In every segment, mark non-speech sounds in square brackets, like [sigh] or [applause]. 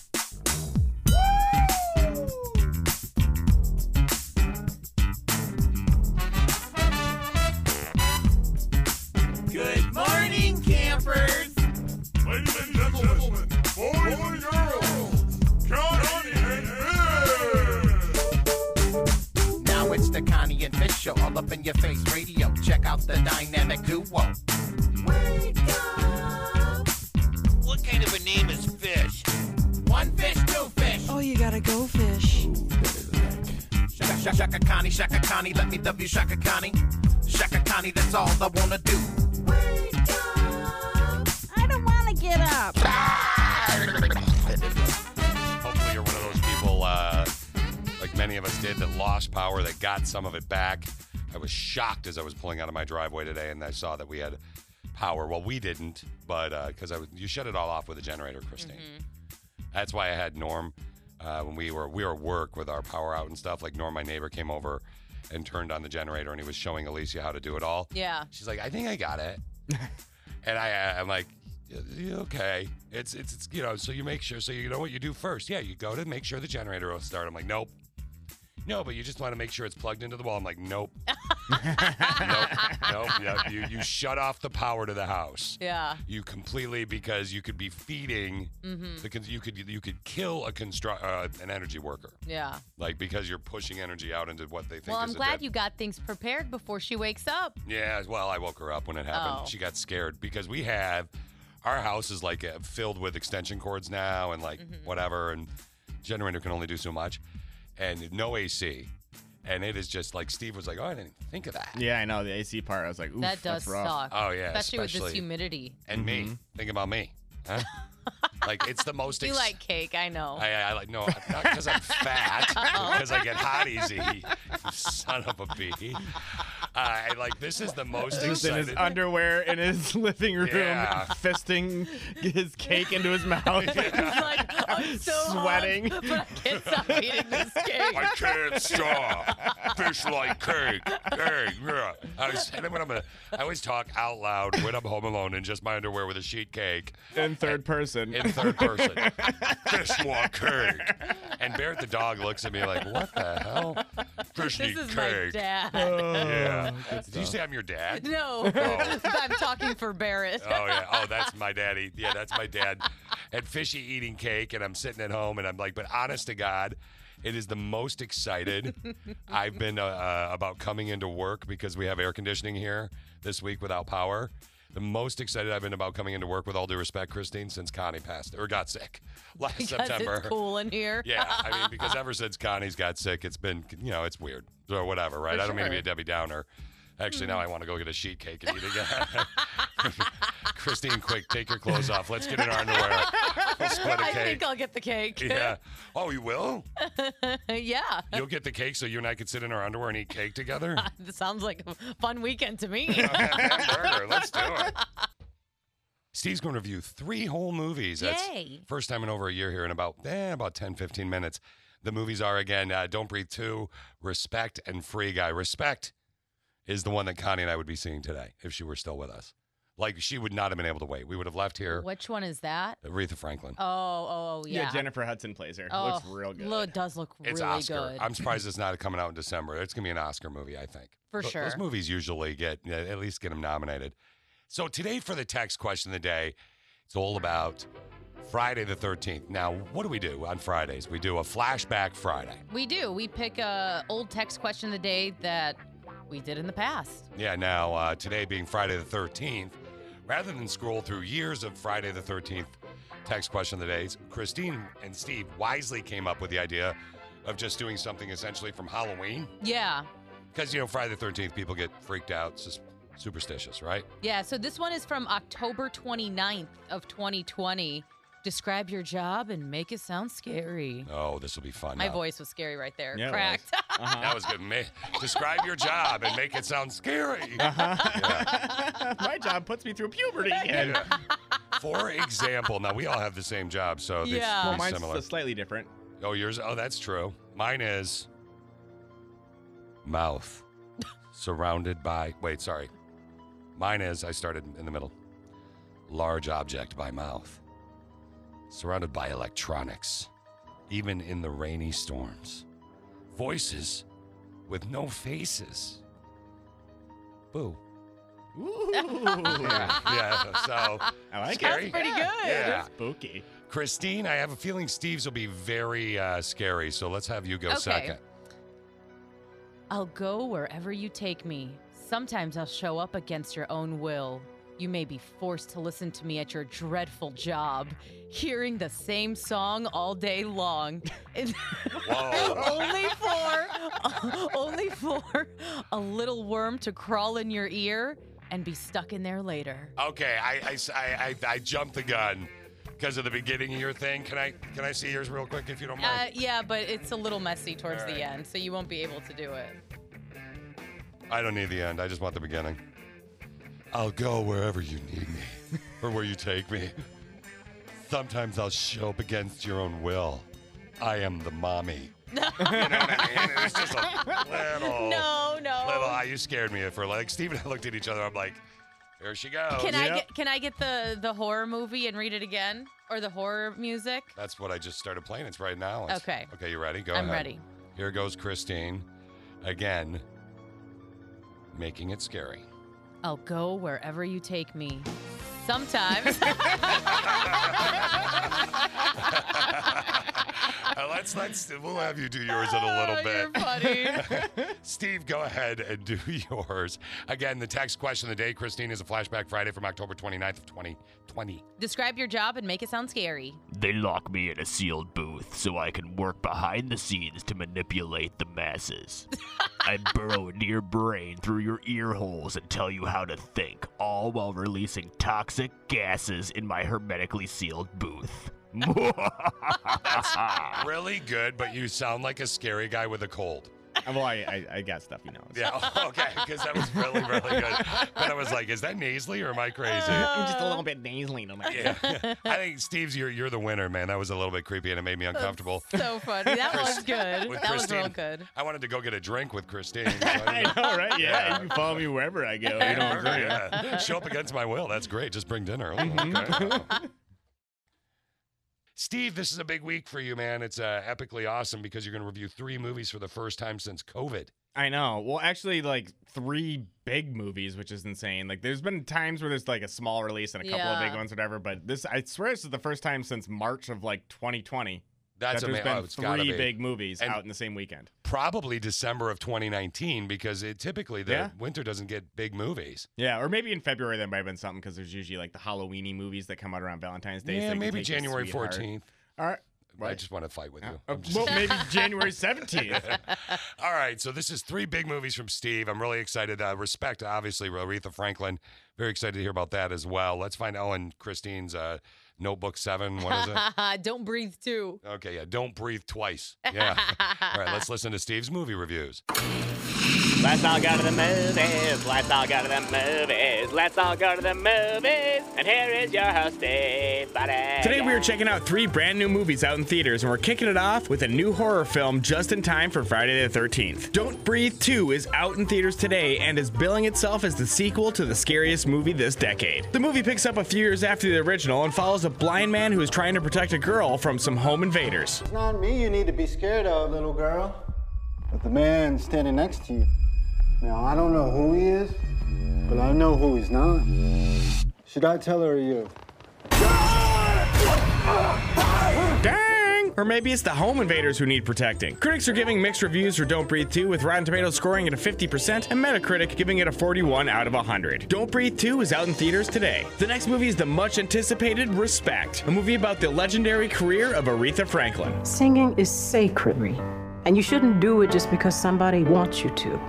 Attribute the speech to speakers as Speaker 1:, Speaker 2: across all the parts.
Speaker 1: Good morning, campers.
Speaker 2: Ladies and gentlemen, boys and girls, Johnny and
Speaker 3: Now it's the Connie and Fish show, all up in your face radio. Check out the dynamic duo.
Speaker 4: What kind of a name is Fish?
Speaker 3: One fish, two fish.
Speaker 5: Oh, you gotta go fish.
Speaker 3: Shaka, shaka, shaka Connie, Shaka Connie, let me W Shaka Connie. Shaka Connie, that's all I wanna do.
Speaker 6: I don't want to get up.
Speaker 7: Hopefully, you're one of those people, uh, like many of us did, that lost power, that got some of it back. I was shocked as I was pulling out of my driveway today, and I saw that we had power. Well, we didn't, but because I was, you shut it all off with a generator, Christine. That's why I had Norm uh, when we were we were at work with our power out and stuff. Like Norm, my neighbor, came over and turned on the generator, and he was showing Alicia how to do it all.
Speaker 8: Yeah.
Speaker 7: She's like, I think I got it. and I, I'm like, "Y- y- okay. It's, it's, it's, you know, so you make sure, so you know what you do first. Yeah, you go to make sure the generator will start. I'm like, nope. No, but you just want to make sure it's plugged into the wall. I'm like, nope. [laughs] nope. Nope. Yep. You, you shut off the power to the house.
Speaker 8: Yeah.
Speaker 7: You completely, because you could be feeding,
Speaker 8: Mm-hmm.
Speaker 7: the con you could, you could kill a construct, uh, an energy worker.
Speaker 8: Yeah.
Speaker 7: Like, because you're pushing energy out into what they think
Speaker 8: Well,
Speaker 7: is
Speaker 8: I'm
Speaker 7: a
Speaker 8: glad
Speaker 7: dead
Speaker 8: you got things prepared before she wakes up.
Speaker 7: yeah, well, I woke her up when it happened.
Speaker 8: Oh.
Speaker 7: She got scared because we have our house is like uh, filled with extension cords now and like
Speaker 8: Mm-hmm.
Speaker 7: whatever, and generator can only do so much, and no AC, and it is just like Steve was like, oh, I didn't even think of that.
Speaker 1: Yeah, I know the AC part. I was like, oof,
Speaker 8: that does
Speaker 1: that's rough.
Speaker 8: suck.
Speaker 7: Oh, yeah,
Speaker 8: Especially, with this
Speaker 7: especially-
Speaker 8: humidity.
Speaker 7: And me, think about me,
Speaker 8: [laughs]
Speaker 7: huh? like it's the most.
Speaker 8: You
Speaker 7: ex-
Speaker 8: like cake, I know.
Speaker 7: I, I like no, not because I'm fat,
Speaker 8: [laughs] Uh-huh.
Speaker 7: because I get hot easy. [laughs] you Son of a bee. Uh, I like this is the most
Speaker 1: Just in
Speaker 7: excited.
Speaker 1: his underwear in his [laughs] living room,
Speaker 7: Yeah.
Speaker 1: [laughs] fisting his cake into his
Speaker 7: [laughs]
Speaker 1: mouth.
Speaker 8: He's like, [laughs] "Oh, I'm so hot,
Speaker 1: Sweating.
Speaker 8: but I can't stop eating this
Speaker 7: [laughs]
Speaker 8: cake.
Speaker 7: I can't stop. Fish like cake. Hey, yeah. I was, and when I'm a, I always talk out loud when I'm home alone in just my underwear with a sheet cake
Speaker 1: in third person. [laughs]
Speaker 7: in third person. Fish want cake. And Barrett the dog looks at me like, what the hell? Fish
Speaker 8: This
Speaker 7: need
Speaker 8: is my
Speaker 7: cake.
Speaker 8: dad.
Speaker 1: Oh.
Speaker 7: Yeah. Did you say I'm your dad? [laughs]
Speaker 8: [laughs] No, [laughs] I'm talking for Barrett.
Speaker 7: Oh yeah. Oh, that's my daddy. Yeah, that's my dad. And fishy eating cake, and I'm sitting at home, and I'm like, but honest to God, it is the most
Speaker 8: [laughs]
Speaker 7: excited I've been uh, uh, about coming into work because we have air conditioning here this week without power. The most excited I've been about coming into work, with all due respect, Christine, since Connie passed or got sick last
Speaker 8: [laughs] [laughs] Because
Speaker 7: September.
Speaker 8: it's cool in here.
Speaker 7: Yeah, I
Speaker 8: [laughs]
Speaker 7: mean, because ever since Connie's got sick, it's been, you know, it's weird or whatever, right?
Speaker 8: For
Speaker 7: I don't mean to be
Speaker 8: sure. Hmm.
Speaker 7: a Debbie Downer. Actually, now I want to go get a sheet cake and eat again. [laughs] Christine, quick, take your clothes off. Let's get in our underwear.
Speaker 8: [laughs]
Speaker 7: We'll split a
Speaker 8: I
Speaker 7: cake.
Speaker 8: think I'll get the cake.
Speaker 7: yeah. Oh, you will?
Speaker 8: [laughs] yeah.
Speaker 7: You'll get the cake so you and I could sit in our underwear and eat cake
Speaker 8: [laughs]
Speaker 7: together?
Speaker 8: This sounds like a fun weekend to me.
Speaker 7: Hamburger. Let's do it. Steve's going to review three whole movies. That's
Speaker 8: Yay.
Speaker 7: first time in over a year here in about eh, about 10, 15 minutes. The movies are again uh, Don't Breathe 2, Respect, and Free Guy. Respect is the one that Connie and I would be seeing today if she were still with us. Like she would not have been able to wait. We would have left [laughs] here.
Speaker 8: Which one is that?
Speaker 7: Aretha Franklin.
Speaker 8: Oh, oh, oh, [laughs] yeah.
Speaker 1: Yeah, Jennifer Hudson plays her.
Speaker 8: Oh,
Speaker 1: Looks real good.
Speaker 8: lo- does look
Speaker 7: It's
Speaker 8: really
Speaker 7: Oscar.
Speaker 8: good.
Speaker 7: I'm surprised it's not coming out in December. It's gonna be an Oscar movie, I think.
Speaker 8: For
Speaker 7: Th- Those
Speaker 8: sure.
Speaker 7: movies usually get at least get them nominated. So today for the text question of the day, it's all about Friday the 13th. Now, what do we do on Fridays? We do a flashback Friday.
Speaker 8: we do. We pick a old text question of the day that we did in the past.
Speaker 7: Yeah. Now uh, today being Friday the 13th, rather than scroll through years of Friday the 13th text question of the days, Christine and Steve wisely came up with the idea of just doing something essentially from Halloween.
Speaker 8: Yeah.
Speaker 7: Because, you know, Friday the 13th, people get freaked out, sus- superstitious, right?
Speaker 8: Yeah. So this one is from October 29th of 2020. Describe your job and make it sound scary.
Speaker 7: Oh, this will be fun.
Speaker 8: My
Speaker 7: now.
Speaker 8: voice was scary right there.
Speaker 1: Yeah, it was. [laughs]
Speaker 8: Cracked.
Speaker 1: Uh-huh.
Speaker 7: That was good. Ma- describe your job and make it
Speaker 1: [laughs]
Speaker 7: sound scary.
Speaker 1: Uh-huh. My job puts me through
Speaker 8: [laughs]
Speaker 1: puberty
Speaker 7: Yeah.
Speaker 1: again.
Speaker 7: Yeah. For example, now we all have the same job, so these
Speaker 8: Yeah.
Speaker 1: Well,
Speaker 7: will be
Speaker 1: Oh, mine's
Speaker 7: similar.
Speaker 1: slightly
Speaker 8: [laughs]
Speaker 1: different.
Speaker 7: oh, yours? Oh, that's true. Mine is
Speaker 8: [laughs]
Speaker 7: mouth surrounded by. Wait, sorry. Mine is, I started in the middle. large object by mouth, surrounded by electronics, even in the rainy storms. Voices with no faces.
Speaker 8: [laughs]
Speaker 7: Boo.
Speaker 1: Ooh.
Speaker 7: Yeah, yeah, so
Speaker 1: I like
Speaker 7: Scary.
Speaker 1: it.
Speaker 8: Pretty good.
Speaker 7: Yeah.
Speaker 1: Spooky.
Speaker 7: Christine, I have a feeling Steve's will be very uh, scary, so let's have you go
Speaker 8: Okay.
Speaker 7: second.
Speaker 8: I'll go wherever you take me. Sometimes I'll show up against your own will. You may be forced to listen to me at your dreadful job, hearing the same song all
Speaker 1: [laughs]
Speaker 8: day long. [laughs] And- [laughs]
Speaker 7: Whoa.
Speaker 8: only for [laughs] only for a little worm to crawl in your ear and be stuck in there later.
Speaker 7: Okay, I, I s- I- I- I jumped the gun because of the beginning of your thing. Can I can I see yours real quick if you don't
Speaker 8: Uh,
Speaker 7: mind?
Speaker 8: yeah, but it's a little messy towards
Speaker 7: All
Speaker 8: the
Speaker 7: right.
Speaker 8: end, so you won't be able to do it. Uh,
Speaker 7: I don't need the end. I just want the beginning. I'll go wherever you need me [laughs] or where you take me. Sometimes I'll show up against your own will. I am the
Speaker 8: [laughs]
Speaker 7: mommy. you know what I mean? It's just a little.
Speaker 8: no, no.
Speaker 7: Little, ah, you scared me for like Steve and I looked at each other. I'm like, here she goes.
Speaker 8: Can I
Speaker 1: Yep.
Speaker 8: get can I get the the horror movie and read it again or the horror music?
Speaker 7: That's what I just started playing. It's right now. It's-
Speaker 8: Okay.
Speaker 7: Okay, you ready? Go
Speaker 8: I'm
Speaker 7: ahead.
Speaker 8: ready.
Speaker 7: Here goes Christine. Again, making it scary.
Speaker 8: I'll go wherever you take me.
Speaker 7: [laughs]
Speaker 8: Sometimes
Speaker 7: Uh, let's let's we'll have you do yours in a little bit.
Speaker 8: Oh, [laughs] You're funny.
Speaker 7: [laughs] Steve, go ahead and do [laughs] yours. Again, the text question of the day, Christine, is a flashback Friday from October 29th of 2020.
Speaker 8: Describe your job and make it sound scary.
Speaker 5: They lock me in a sealed booth so I can work behind the scenes to manipulate the masses. I burrow into your brain through your ear holes and tell you how to think, all while releasing toxic gases in my hermetically sealed booth.
Speaker 7: Really good, but you sound like a scary guy with a cold.
Speaker 1: Uh, Well, I, I, I got stuff he knows.
Speaker 7: Yeah, [laughs] oh, okay, because that was really, really good. But I was like, is that nasally or am I crazy?
Speaker 1: [laughs] I'm
Speaker 8: Uh.
Speaker 1: just a little bit nasally tonight.
Speaker 7: Yeah. I think Steve's you're you're the winner, man. That was a little bit creepy and it made me uncomfortable.
Speaker 8: So funny. That
Speaker 7: Chris-
Speaker 8: was good.
Speaker 7: with
Speaker 8: That was real
Speaker 7: Christine.
Speaker 8: good.
Speaker 7: I wanted to go get a drink with Christine. so
Speaker 1: [laughs] I [laughs]
Speaker 7: I didn't-
Speaker 1: know, right? Yeah,
Speaker 7: Yeah.
Speaker 1: you can follow me wherever I go. You know what I'm
Speaker 7: [laughs]
Speaker 1: saying?
Speaker 7: Yeah. Show up against my will. That's great. Just bring dinner. Oh, okay. Steve, this is a big week for you, man. It's uh, epically awesome because you're going to review three movies for the first time since COVID.
Speaker 1: I know. Well, actually, like three big movies, which is insane. Like, there's been times where there's like a small release and a couple of
Speaker 8: Yeah.
Speaker 1: big ones, whatever. But this, I swear, this is the first time since March of like 2020
Speaker 7: That's
Speaker 1: that there's
Speaker 7: amazing.
Speaker 1: been
Speaker 7: Oh, it's gotta
Speaker 1: three
Speaker 7: be.
Speaker 1: big movies
Speaker 7: And-
Speaker 1: out in the same weekend.
Speaker 7: Probably December of 2019 because it typically the
Speaker 1: Yeah.
Speaker 7: winter doesn't get big movies.
Speaker 1: Yeah, or maybe in February there might have been something because there's usually like the Halloweeny movies that come out around Valentine's Day. so
Speaker 7: yeah,
Speaker 1: you can
Speaker 7: maybe
Speaker 1: take your
Speaker 7: January
Speaker 1: sweetheart.
Speaker 7: 14th.
Speaker 1: All right.
Speaker 7: I
Speaker 1: What?
Speaker 7: just want to fight with you.
Speaker 1: Uh,
Speaker 7: I'm just-
Speaker 1: well, maybe
Speaker 7: [laughs]
Speaker 1: January 17th.
Speaker 7: All right, so this is three big movies from Steve. I'm really excited. Uh, respect, obviously, Aretha Franklin. Very excited to hear about that as well. Let's find Ellen Christine's uh, Notebook 7. What
Speaker 8: [laughs]
Speaker 7: is it?
Speaker 8: Don't breathe too.
Speaker 7: Okay, yeah, Don't Breathe Twice. Yeah. All right, let's listen to Steve's movie reviews.
Speaker 9: Let's all go to the movies. Let's all go to the movies. Let's all go to the movies. And here is your host, Dave Buddy.
Speaker 1: Today we are checking out three brand new movies out in theaters, and we're kicking it off with a new horror film just in time for Friday the 13th. Don't Breathe 2 is out in theaters today and is billing itself as the sequel to the scariest movie this decade. The movie picks up a few years after the original and follows a blind man who is trying to protect a girl from some home invaders.
Speaker 10: Not me you need to be scared of, little girl. But the man standing next to you. Now, I don't know who he is, but I know who he's not. Should I tell her or you?
Speaker 1: Dang! Or maybe it's the home invaders who need protecting. Critics are giving mixed reviews for Don't Breathe 2, with Rotten Tomatoes scoring it a 50% and Metacritic giving it a 41 out of 100. Don't Breathe 2 is out in theaters today. The next movie is the much anticipated Respect, a movie about the legendary career of Aretha Franklin.
Speaker 11: Singing is sacred, and you shouldn't do it just because somebody wants you to.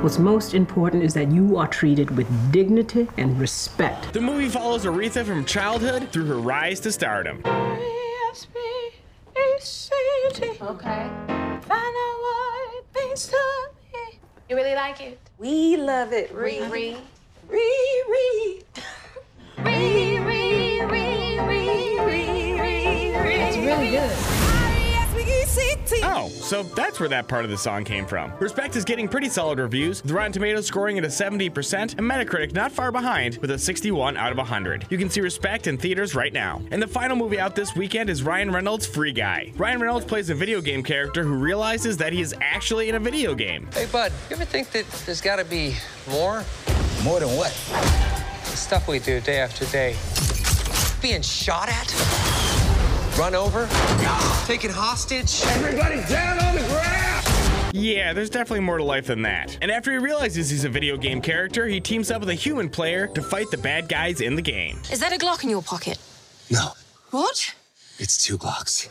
Speaker 11: What's most important is that you are treated with dignity and respect.
Speaker 1: The movie follows Aretha from childhood through her rise to stardom.
Speaker 6: Okay. Find out what it means to me. You really like it?
Speaker 11: We love it.
Speaker 6: Re, re.
Speaker 11: Re, re.
Speaker 6: Re, re, re, re, re, re, re. That's really good.
Speaker 12: Uh,
Speaker 1: Oh, so that's where that part of the song came from. Respect is getting pretty solid reviews, with Rotten Tomatoes scoring at a 70% and Metacritic not far behind with a 61 out of 100. You can see Respect in theaters right now. And the final movie out this weekend is Ryan Reynolds' Free Guy. Ryan Reynolds plays a video game character who realizes that he is actually in a video game.
Speaker 13: Hey, bud, you ever think that there's got to be more? More than what? The stuff we do day after day. Being shot at, run
Speaker 14: [sighs]
Speaker 13: over, taken hostage. Everybody down on the ground!
Speaker 1: Yeah, there's definitely more to life than that. And after he realizes he's a video game character, he teams up with a human player to fight the bad guys in the game.
Speaker 12: Is that a Glock in your pocket?
Speaker 1: No.
Speaker 12: What?
Speaker 1: It's two blocks.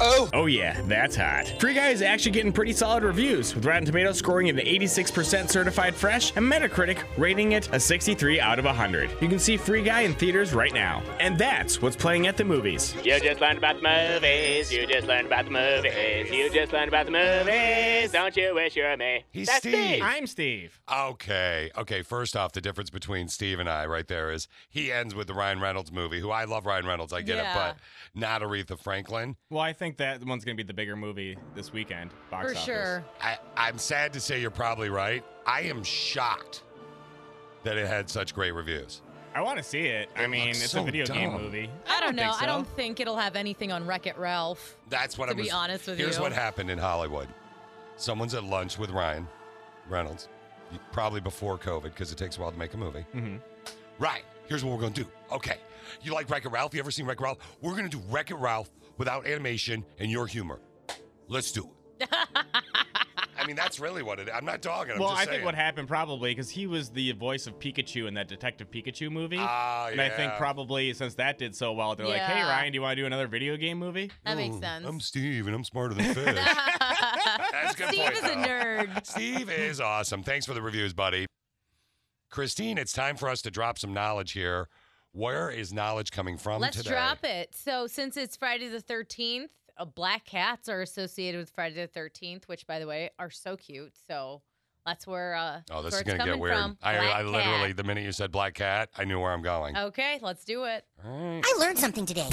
Speaker 1: Oh. Oh yeah, that's hot. Free Guy is actually getting pretty solid reviews, with Rotten Tomatoes scoring it an 86% certified fresh and Metacritic rating it a 63 out of 100. You can see Free Guy in theaters right now. And that's what's playing at the movies.
Speaker 9: You just learned about the movies. You just learned about the movies. You just learned about the movies. Don't you wish you were me?
Speaker 7: He's
Speaker 9: That's
Speaker 7: Steve.
Speaker 1: I'm Steve.
Speaker 7: Okay. Okay. First off, the difference between Steve and I right there is he ends with the Ryan Reynolds movie, who I love Ryan Reynolds. I get
Speaker 1: Yeah.
Speaker 7: it, but not Aretha Franklin.
Speaker 1: Well, I think that one's gonna be the bigger movie this weekend. Box office.
Speaker 7: I, I'm sad to say you're probably right. I am shocked that it had such great reviews.
Speaker 1: I want to see it. I mean,
Speaker 7: looks
Speaker 1: it's
Speaker 7: so
Speaker 1: a video game
Speaker 7: dumb.
Speaker 1: movie.
Speaker 8: I don't, know.
Speaker 7: think
Speaker 8: I
Speaker 7: so.
Speaker 8: don't think it'll have anything on Wreck It Ralph.
Speaker 7: That's what
Speaker 8: to
Speaker 7: I was.
Speaker 8: be honest with
Speaker 7: here's
Speaker 8: you.
Speaker 7: what happened in Hollywood. Someone's at lunch with Ryan Reynolds, probably before COVID, because it takes a while to make a movie.
Speaker 1: Mhm.
Speaker 7: Right. Here's what we're gonna do. Okay. You like Wreck-It Ralph? You ever seen Wreck-It Ralph? We're gonna do Wreck-It Ralph without animation and your humor. Let's do it.
Speaker 8: [laughs]
Speaker 7: I mean, that's really what it. I'm not dogging. I'm
Speaker 1: well,
Speaker 7: just
Speaker 1: I think
Speaker 7: saying.
Speaker 1: what happened probably because he was the voice of Pikachu in that Detective Pikachu movie,
Speaker 7: Ah,
Speaker 1: and I think
Speaker 7: yeah.
Speaker 1: probably since that did so well, they're like, "Hey,
Speaker 8: Yeah.
Speaker 1: Ryan, do you want to do another video game movie?"
Speaker 8: That makes sense.
Speaker 7: Mm, I'm Steve, and I'm smarter than
Speaker 8: [laughs]
Speaker 7: fish. That's a good
Speaker 8: Steve
Speaker 7: point,
Speaker 8: is a
Speaker 7: though.
Speaker 8: nerd.
Speaker 7: Steve is awesome. Thanks for the reviews, buddy. Christine, it's time for us to drop some knowledge here. Where is knowledge coming from
Speaker 8: Let's
Speaker 7: today?
Speaker 8: drop it. So, since it's Friday the 13th, uh, black cats are associated with Friday the 13th, which, by the way, are so cute. So, that's where. Uh,
Speaker 7: Oh, this is
Speaker 8: where it's
Speaker 7: going to get
Speaker 8: coming
Speaker 7: weird.
Speaker 8: From.
Speaker 7: I, I
Speaker 8: Black
Speaker 7: literally, the minute you said black cat, I knew where I'm going.
Speaker 8: cat. Okay, let's do it.
Speaker 15: I learned something today.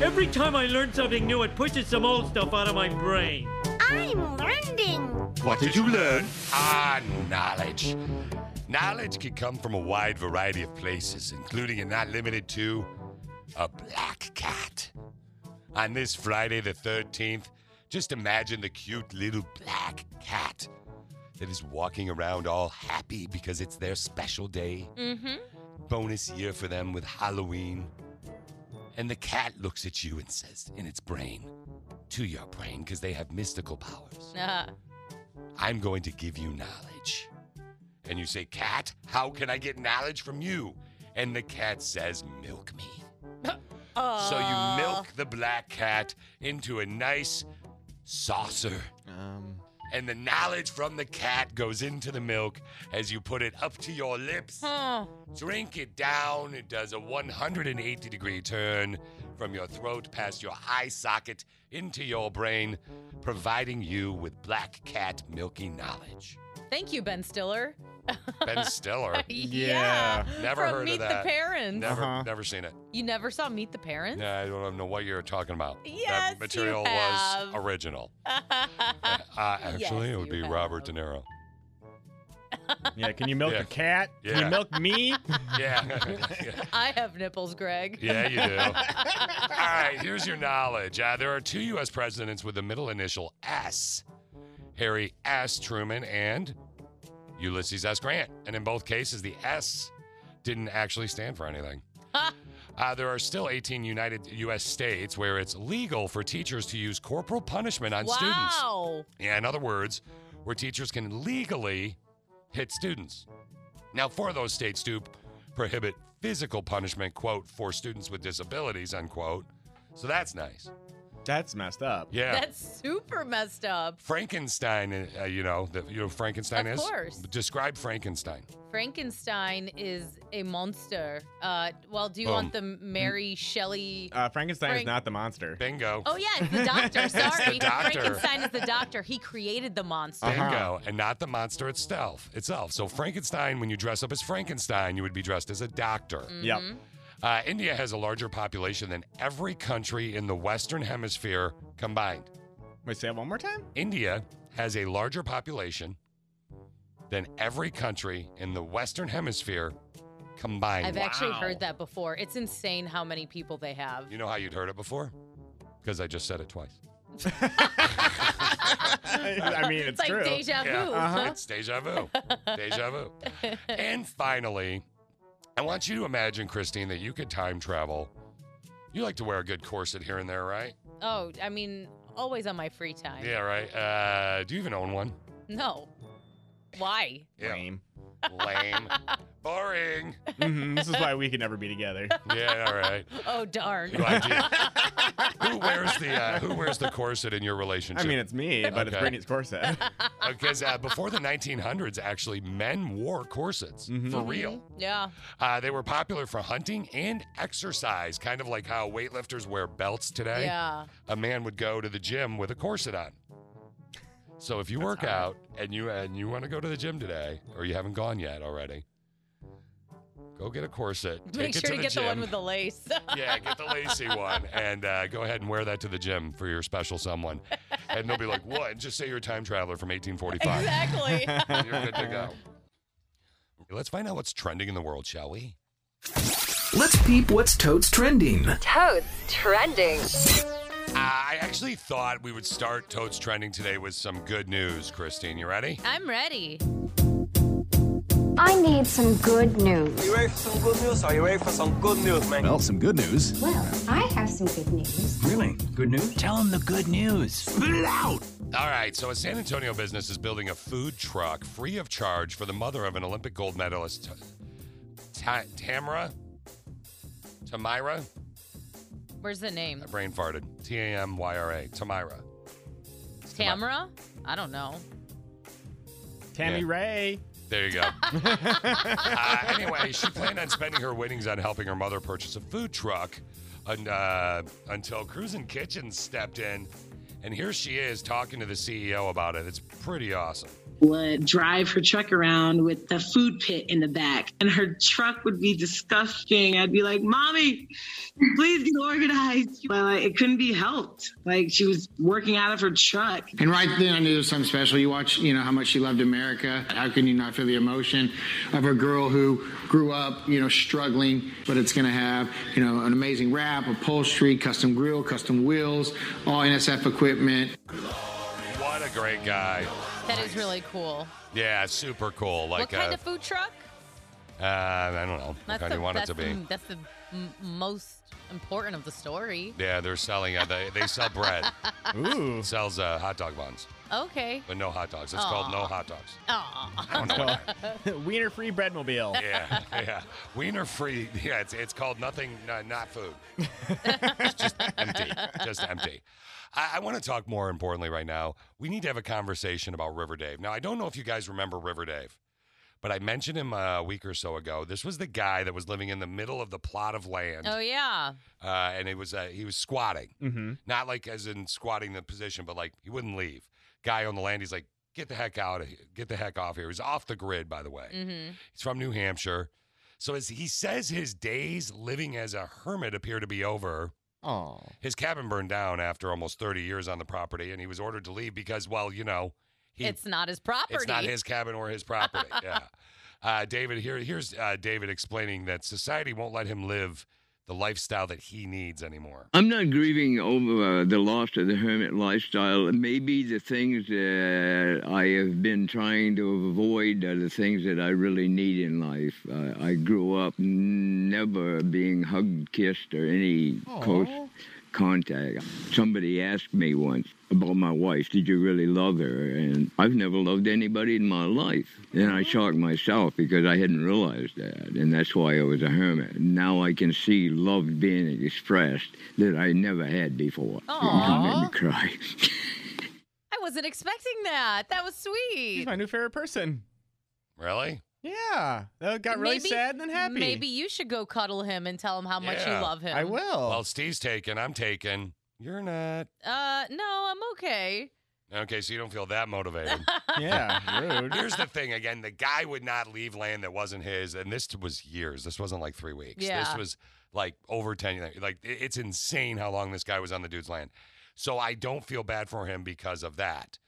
Speaker 16: Every time I learn something new, it pushes some old stuff out of my brain.
Speaker 15: I'm learning.
Speaker 7: What did you learn? Ah, knowledge. Knowledge can come from a wide variety of places, including and not limited to a black cat. On this Friday the 13th, just imagine the cute little black cat that is walking around all happy because it's their special day.
Speaker 2: Mm-hmm.
Speaker 7: Bonus year for them with Halloween. And the cat looks at you and says in its brain, to your brain, because they have mystical powers.
Speaker 8: Uh,
Speaker 7: I'm going to give you knowledge. And you say, Cat, how can I get knowledge from you? And the cat says, Milk me. so you milk the black cat into a nice saucer.
Speaker 1: Um,
Speaker 7: And the knowledge from the cat goes into the milk as you put it up to your lips. Drink it down. It does a 180 degree turn from your throat past your eye socket into your brain, providing you with black cat milky knowledge.
Speaker 8: thank you, Ben Stiller.
Speaker 7: Ben
Speaker 8: [laughs]
Speaker 7: Stiller.
Speaker 8: Yeah,
Speaker 7: Never
Speaker 8: from
Speaker 7: heard
Speaker 8: Meet
Speaker 7: of
Speaker 8: the
Speaker 7: that.
Speaker 8: Parents.
Speaker 7: Never,
Speaker 8: Uh-huh.
Speaker 7: never seen it.
Speaker 8: You never saw Meet the Parents?
Speaker 7: Yeah, I don't know what you're talking about.
Speaker 8: Yes, you
Speaker 7: that material
Speaker 8: have.
Speaker 7: was
Speaker 8: [laughs]
Speaker 7: original. uh, actually, it would be Robert De
Speaker 8: [laughs]
Speaker 7: Niro.
Speaker 1: Yeah, can you milk a cat? Can you
Speaker 7: Yeah.
Speaker 1: milk me?
Speaker 7: [laughs] Yeah.
Speaker 8: I have nipples, Greg.
Speaker 7: Yeah, you do. All right, here's your knowledge. Uh, there are two U.S. presidents with the middle initial S Harry S. Truman and Ulysses S. Grant. And in both cases, the S didn't actually stand for anything. Uh, there are still 18 United U.S. states where it's legal for teachers to use corporal punishment on students.
Speaker 8: wow.
Speaker 7: Yeah, in other words, where teachers can legally hit students. Now, four of those states do prohibit physical punishment, quote, for students with disabilities, unquote. So that's nice.
Speaker 1: That's messed up.
Speaker 7: Yeah.
Speaker 8: That's super messed up.
Speaker 7: Frankenstein, uh, you know, the, you know who Frankenstein
Speaker 8: Of
Speaker 7: is?
Speaker 8: course.
Speaker 7: Describe Frankenstein.
Speaker 8: Frankenstein is a monster. Uh, well, do you
Speaker 1: Boom.
Speaker 8: want the Mary Shelley?
Speaker 7: Oh.
Speaker 1: Uh, Frankenstein is
Speaker 8: Frank-
Speaker 1: not the monster.
Speaker 7: Bingo.
Speaker 8: Oh yeah, it's
Speaker 7: [laughs]
Speaker 8: the doctor. Sorry,
Speaker 7: doctor. Uh-huh.
Speaker 8: Frankenstein is the doctor. He created the monster.
Speaker 7: Bingo, and not the monster itself. Itself. So Frankenstein, when you dress up as Frankenstein, you would be dressed as a doctor.
Speaker 8: Mm. Mm-hmm.
Speaker 1: Yep.
Speaker 7: Uh, India has a larger population than every country in the Western Hemisphere combined.
Speaker 1: Wait, say that one more
Speaker 8: [laughs]
Speaker 1: time?
Speaker 7: India has a larger population than every country in the Western Hemisphere combined.
Speaker 8: I've actually
Speaker 7: Wow.
Speaker 8: heard that before. It's insane how many people they have.
Speaker 7: You know how you'd heard it before? Because I just said it twice.
Speaker 1: I mean,
Speaker 8: [laughs] It's it's like true. deja vu, huh?
Speaker 7: It's deja
Speaker 8: [laughs]
Speaker 7: vu. deja vu. And finally, I want you to imagine, Christine, that you could time travel. You like to wear a good corset here and there, right?
Speaker 8: Oh, I mean, always on my free time.
Speaker 7: Yeah, right. Uh, do you even own one?
Speaker 8: No. Why?
Speaker 1: Lame.
Speaker 8: [laughs]
Speaker 7: Lame. Boring.
Speaker 1: hmm This is why we can never be together.
Speaker 7: [laughs] Yeah, all right.
Speaker 8: Oh darn.
Speaker 7: Who wears the uh, Who wears the corset in your relationship?
Speaker 1: I mean, it's me, but it's Brittany's
Speaker 8: [laughs]
Speaker 1: corset.
Speaker 7: Because uh, before the 1900s, actually, men wore corsets
Speaker 1: Mm-hmm.
Speaker 7: for
Speaker 8: Mm-hmm.
Speaker 7: real.
Speaker 8: Yeah.
Speaker 7: Uh, they were popular for hunting and exercise, kind of like how weightlifters wear belts today.
Speaker 8: Yeah.
Speaker 7: A man would go to the gym with a corset on. So if you work out and you and you want to go to the gym today, or you haven't gone yet already, go get a corset.
Speaker 8: Make
Speaker 7: take it
Speaker 8: sure to,
Speaker 7: the
Speaker 8: get
Speaker 7: gym,
Speaker 8: the one with the lace.
Speaker 7: yeah, get the lacy one, and uh, go ahead and wear that to the gym for your special someone, and they'll be like, "What?" And just say you're a time traveler from 1845. [laughs]
Speaker 8: Exactly.
Speaker 7: you're good to go. Let's find out what's trending in the world, shall we?
Speaker 12: Let's peep what's totes trending.
Speaker 17: Toads trending.
Speaker 7: Uh, I actually thought we would start Totes Trending today with some good news, Christine. You ready?
Speaker 8: I'm ready.
Speaker 15: I need some good news.
Speaker 12: You ready for some good news? Are you ready for some good news, man? Well, some good news.
Speaker 15: Well, I have some good news.
Speaker 12: Really? Good news? Tell him the good news.
Speaker 7: All right, so a San Antonio business is building a food truck free of charge for the mother of an Olympic gold medalist, Ta- Tamara? Tamira?
Speaker 8: Where's the name?
Speaker 7: I brain farted. T A M Y R A. Tamira.
Speaker 8: Tamara? I don't know.
Speaker 1: Tammy
Speaker 7: Yeah.
Speaker 1: Ray.
Speaker 7: There you
Speaker 8: [laughs]
Speaker 7: go. uh, anyway, she planned on spending her winnings on helping her mother purchase a food truck un- uh, until Cruisin' Kitchens stepped in. And here she is talking to the CEO about it. It's pretty awesome.
Speaker 18: would Uh, drive her truck around with the food pit in the back, and her truck would be disgusting. I'd be like, "Mommy, please get organized." But like, it couldn't be helped. Like she was working out of her truck.
Speaker 14: And right then, I knew there was something special. You watch, you know, how much she loved America. How can you not feel the emotion of a girl who grew up, you know, struggling, but it's going to have, you know, an amazing wrap, upholstery, custom grill, custom wheels, all NSF equipment.
Speaker 7: What a great guy.
Speaker 8: That is really cool.
Speaker 7: Yeah, super cool. Like,
Speaker 8: what kind
Speaker 7: uh,
Speaker 8: of food truck?
Speaker 7: uh, I don't know. What kind
Speaker 8: the,
Speaker 7: you want it to
Speaker 8: that's
Speaker 7: be?
Speaker 8: the- that's the m- most important of the story.
Speaker 7: Yeah, they're selling. Uh, they, they sell bread.
Speaker 1: Ooh.
Speaker 7: Sells uh, hot dog buns,
Speaker 8: Okay.
Speaker 7: but no hot dogs. It's called no
Speaker 8: Aw.
Speaker 7: hot dogs.
Speaker 8: Aw.
Speaker 1: Wiener free breadmobile.
Speaker 7: Yeah, [laughs] yeah. Wiener free. Yeah, it's it's called nothing, no, not food. it's just empty. Just empty. I, I want to talk more importantly right now. We need to have a conversation about River Dave. Now, I don't know if you guys remember River Dave, but I mentioned him uh, a week or so ago. This was the guy that was living in the middle of the plot of land,
Speaker 8: Oh, yeah.
Speaker 7: uh, and it was uh, he was squatting.
Speaker 1: Mm-hmm.
Speaker 7: Not like as in squatting the position, but like he wouldn't leave. Guy on the land, he's like, get the heck out of here. Get the heck off here. He's off the grid, by the way.
Speaker 8: Mm-hmm.
Speaker 7: He's from New Hampshire. So as he says his days living as a hermit appear to be over.
Speaker 1: Oh.
Speaker 7: His cabin burned down after almost 30 years on the property, and he was ordered to leave because, well, you know, he,
Speaker 8: it's not his property.
Speaker 7: it's not his cabin or his property. yeah. Uh, David, here, here's uh, David explaining that society won't let him live the lifestyle that he needs anymore.
Speaker 19: I'm not grieving over uh, the loss of the hermit lifestyle. Maybe the things that I have been trying to avoid are the things that I really need in life. Uh, I grew up never being hugged, kissed, or any close contact. Somebody asked me once about my wife, did you really love her? And I've never loved anybody in my life. And I shocked myself because I hadn't realized that. And that's why I was a hermit. Now I can see love being expressed that I never had before.
Speaker 8: Oh,
Speaker 7: [laughs]
Speaker 19: Don't make me cry. [laughs]
Speaker 8: I wasn't expecting that. That was sweet.
Speaker 1: He's my new favorite person.
Speaker 7: Really?
Speaker 1: Yeah. That got really
Speaker 8: Maybe-
Speaker 1: sad and then happy.
Speaker 8: Maybe you should go cuddle him and tell him how much you
Speaker 7: Yeah.
Speaker 8: love him.
Speaker 1: Oh.
Speaker 7: Well, Steve's taken. I'm taken. You're not.
Speaker 8: Uh, no, I'm okay.
Speaker 7: Okay, so you don't feel that motivated.
Speaker 1: [laughs] yeah, rude.
Speaker 7: Here's the thing again, the guy would not leave land that wasn't his, and this was years. This wasn't like three weeks.
Speaker 1: Yeah.
Speaker 7: This was like over 10 years. Like, it- it's insane how long this guy was on the dude's land. So I don't feel bad for him because of that.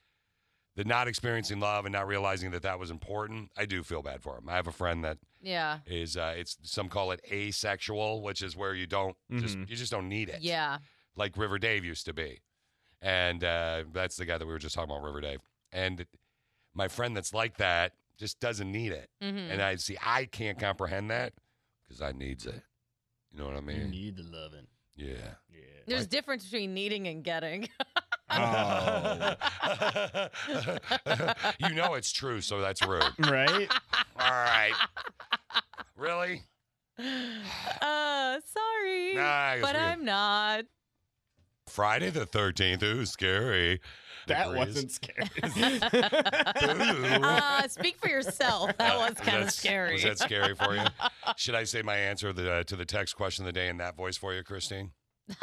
Speaker 7: The not experiencing love and not realizing that that was important, I do feel bad for him. I have a friend that
Speaker 8: Yeah.
Speaker 7: is uh, it's some call it asexual, which is where you don't just you just don't need it.
Speaker 8: Yeah.
Speaker 7: like River Dave used to be. And uh, that's the guy that we were just talking about, River Dave. And my friend that's like that just doesn't need it.
Speaker 8: Mhm.
Speaker 7: And I see, I can't comprehend that because I needs it. You know what I mean? need the loving.
Speaker 1: [laughs]
Speaker 7: [laughs] Yeah.
Speaker 8: There's difference between needing and getting.
Speaker 7: Oh. [laughs] you know it's true, so that's [laughs] rude.
Speaker 1: [laughs] Right?
Speaker 7: All right. Really?
Speaker 8: [sighs] uh, sorry.
Speaker 7: Nah, I guess
Speaker 8: but
Speaker 7: we- [laughs]
Speaker 8: I'm not.
Speaker 7: Friday the 13th. Ooh, scary.
Speaker 1: That
Speaker 7: Agrees.
Speaker 1: wasn't [laughs] scary.
Speaker 8: uh, speak
Speaker 7: [laughs]
Speaker 8: for yourself. That was kind of
Speaker 7: That's-
Speaker 8: scary.
Speaker 7: Was that scary for
Speaker 8: [laughs]
Speaker 7: you? Should I say my answer to the, to the text question of the day in that voice for you, Christine?
Speaker 8: [laughs]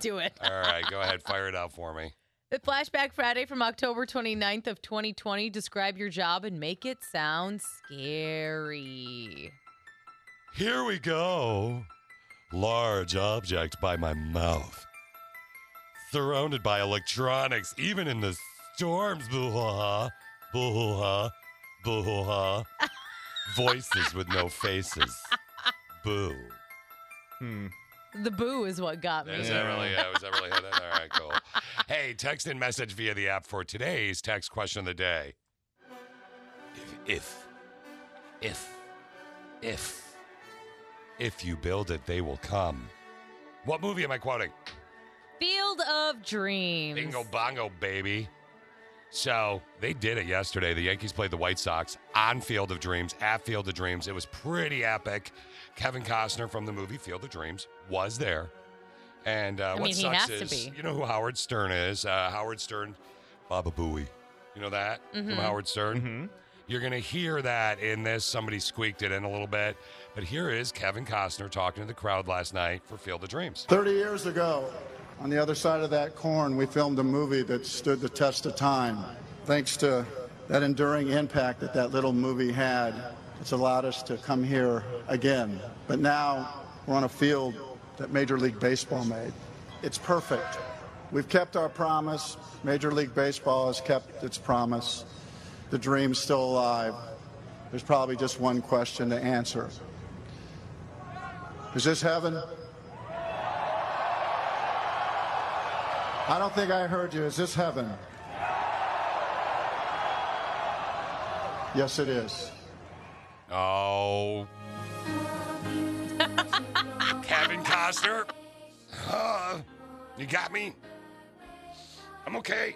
Speaker 8: Do it.
Speaker 7: All right, go ahead, fire it out for me.
Speaker 8: The flashback Friday from October 29th of 2020. Describe your job and make it sound scary.
Speaker 7: Here we go. Large object by my mouth. Surrounded by electronics, even in the storms. Boo ha ha. Boo ha ha. Boo [laughs] ha ha. Voices with no faces. Boo.
Speaker 1: Hmm.
Speaker 8: The boo is what got me.
Speaker 7: Is that really? Uh, was that really hit it? All right, cool. Hey, text and message via the app for today's text question of the day. If, if, if, if, if you build it, they will come. What movie am I quoting?
Speaker 8: Field of Dreams.
Speaker 7: Bingo bongo, baby. So they did it yesterday. The Yankees played the White Sox on Field of Dreams, at Field of Dreams. It was pretty epic. Kevin Costner from the movie Field of Dreams was there. And uh,
Speaker 8: I
Speaker 7: what
Speaker 8: mean, he
Speaker 7: sucks
Speaker 8: has to
Speaker 7: is,
Speaker 8: be.
Speaker 7: you know who Howard Stern is? Uh, Howard Stern, Baba Booey. You know that
Speaker 8: Mhm.
Speaker 7: from Howard Stern? You're going to hear that in this. Somebody squeaked it in a little bit. But here is Kevin Costner talking to the crowd last night for Field of Dreams.
Speaker 20: 30 years ago, on the other side of that corn, we filmed a movie that stood the test of time. Thanks to that enduring impact that that little movie had, it's allowed us to come here again. But now we're on a field that Major League Baseball made. It's perfect. We've kept our promise. Major League Baseball has kept its promise. The dream's still alive. There's probably just one question to answer. Is this heaven? I don't think I heard you. Is this heaven? Yes, it is.
Speaker 7: Oh. Kevin Costner. Uh, you got me? I'm okay.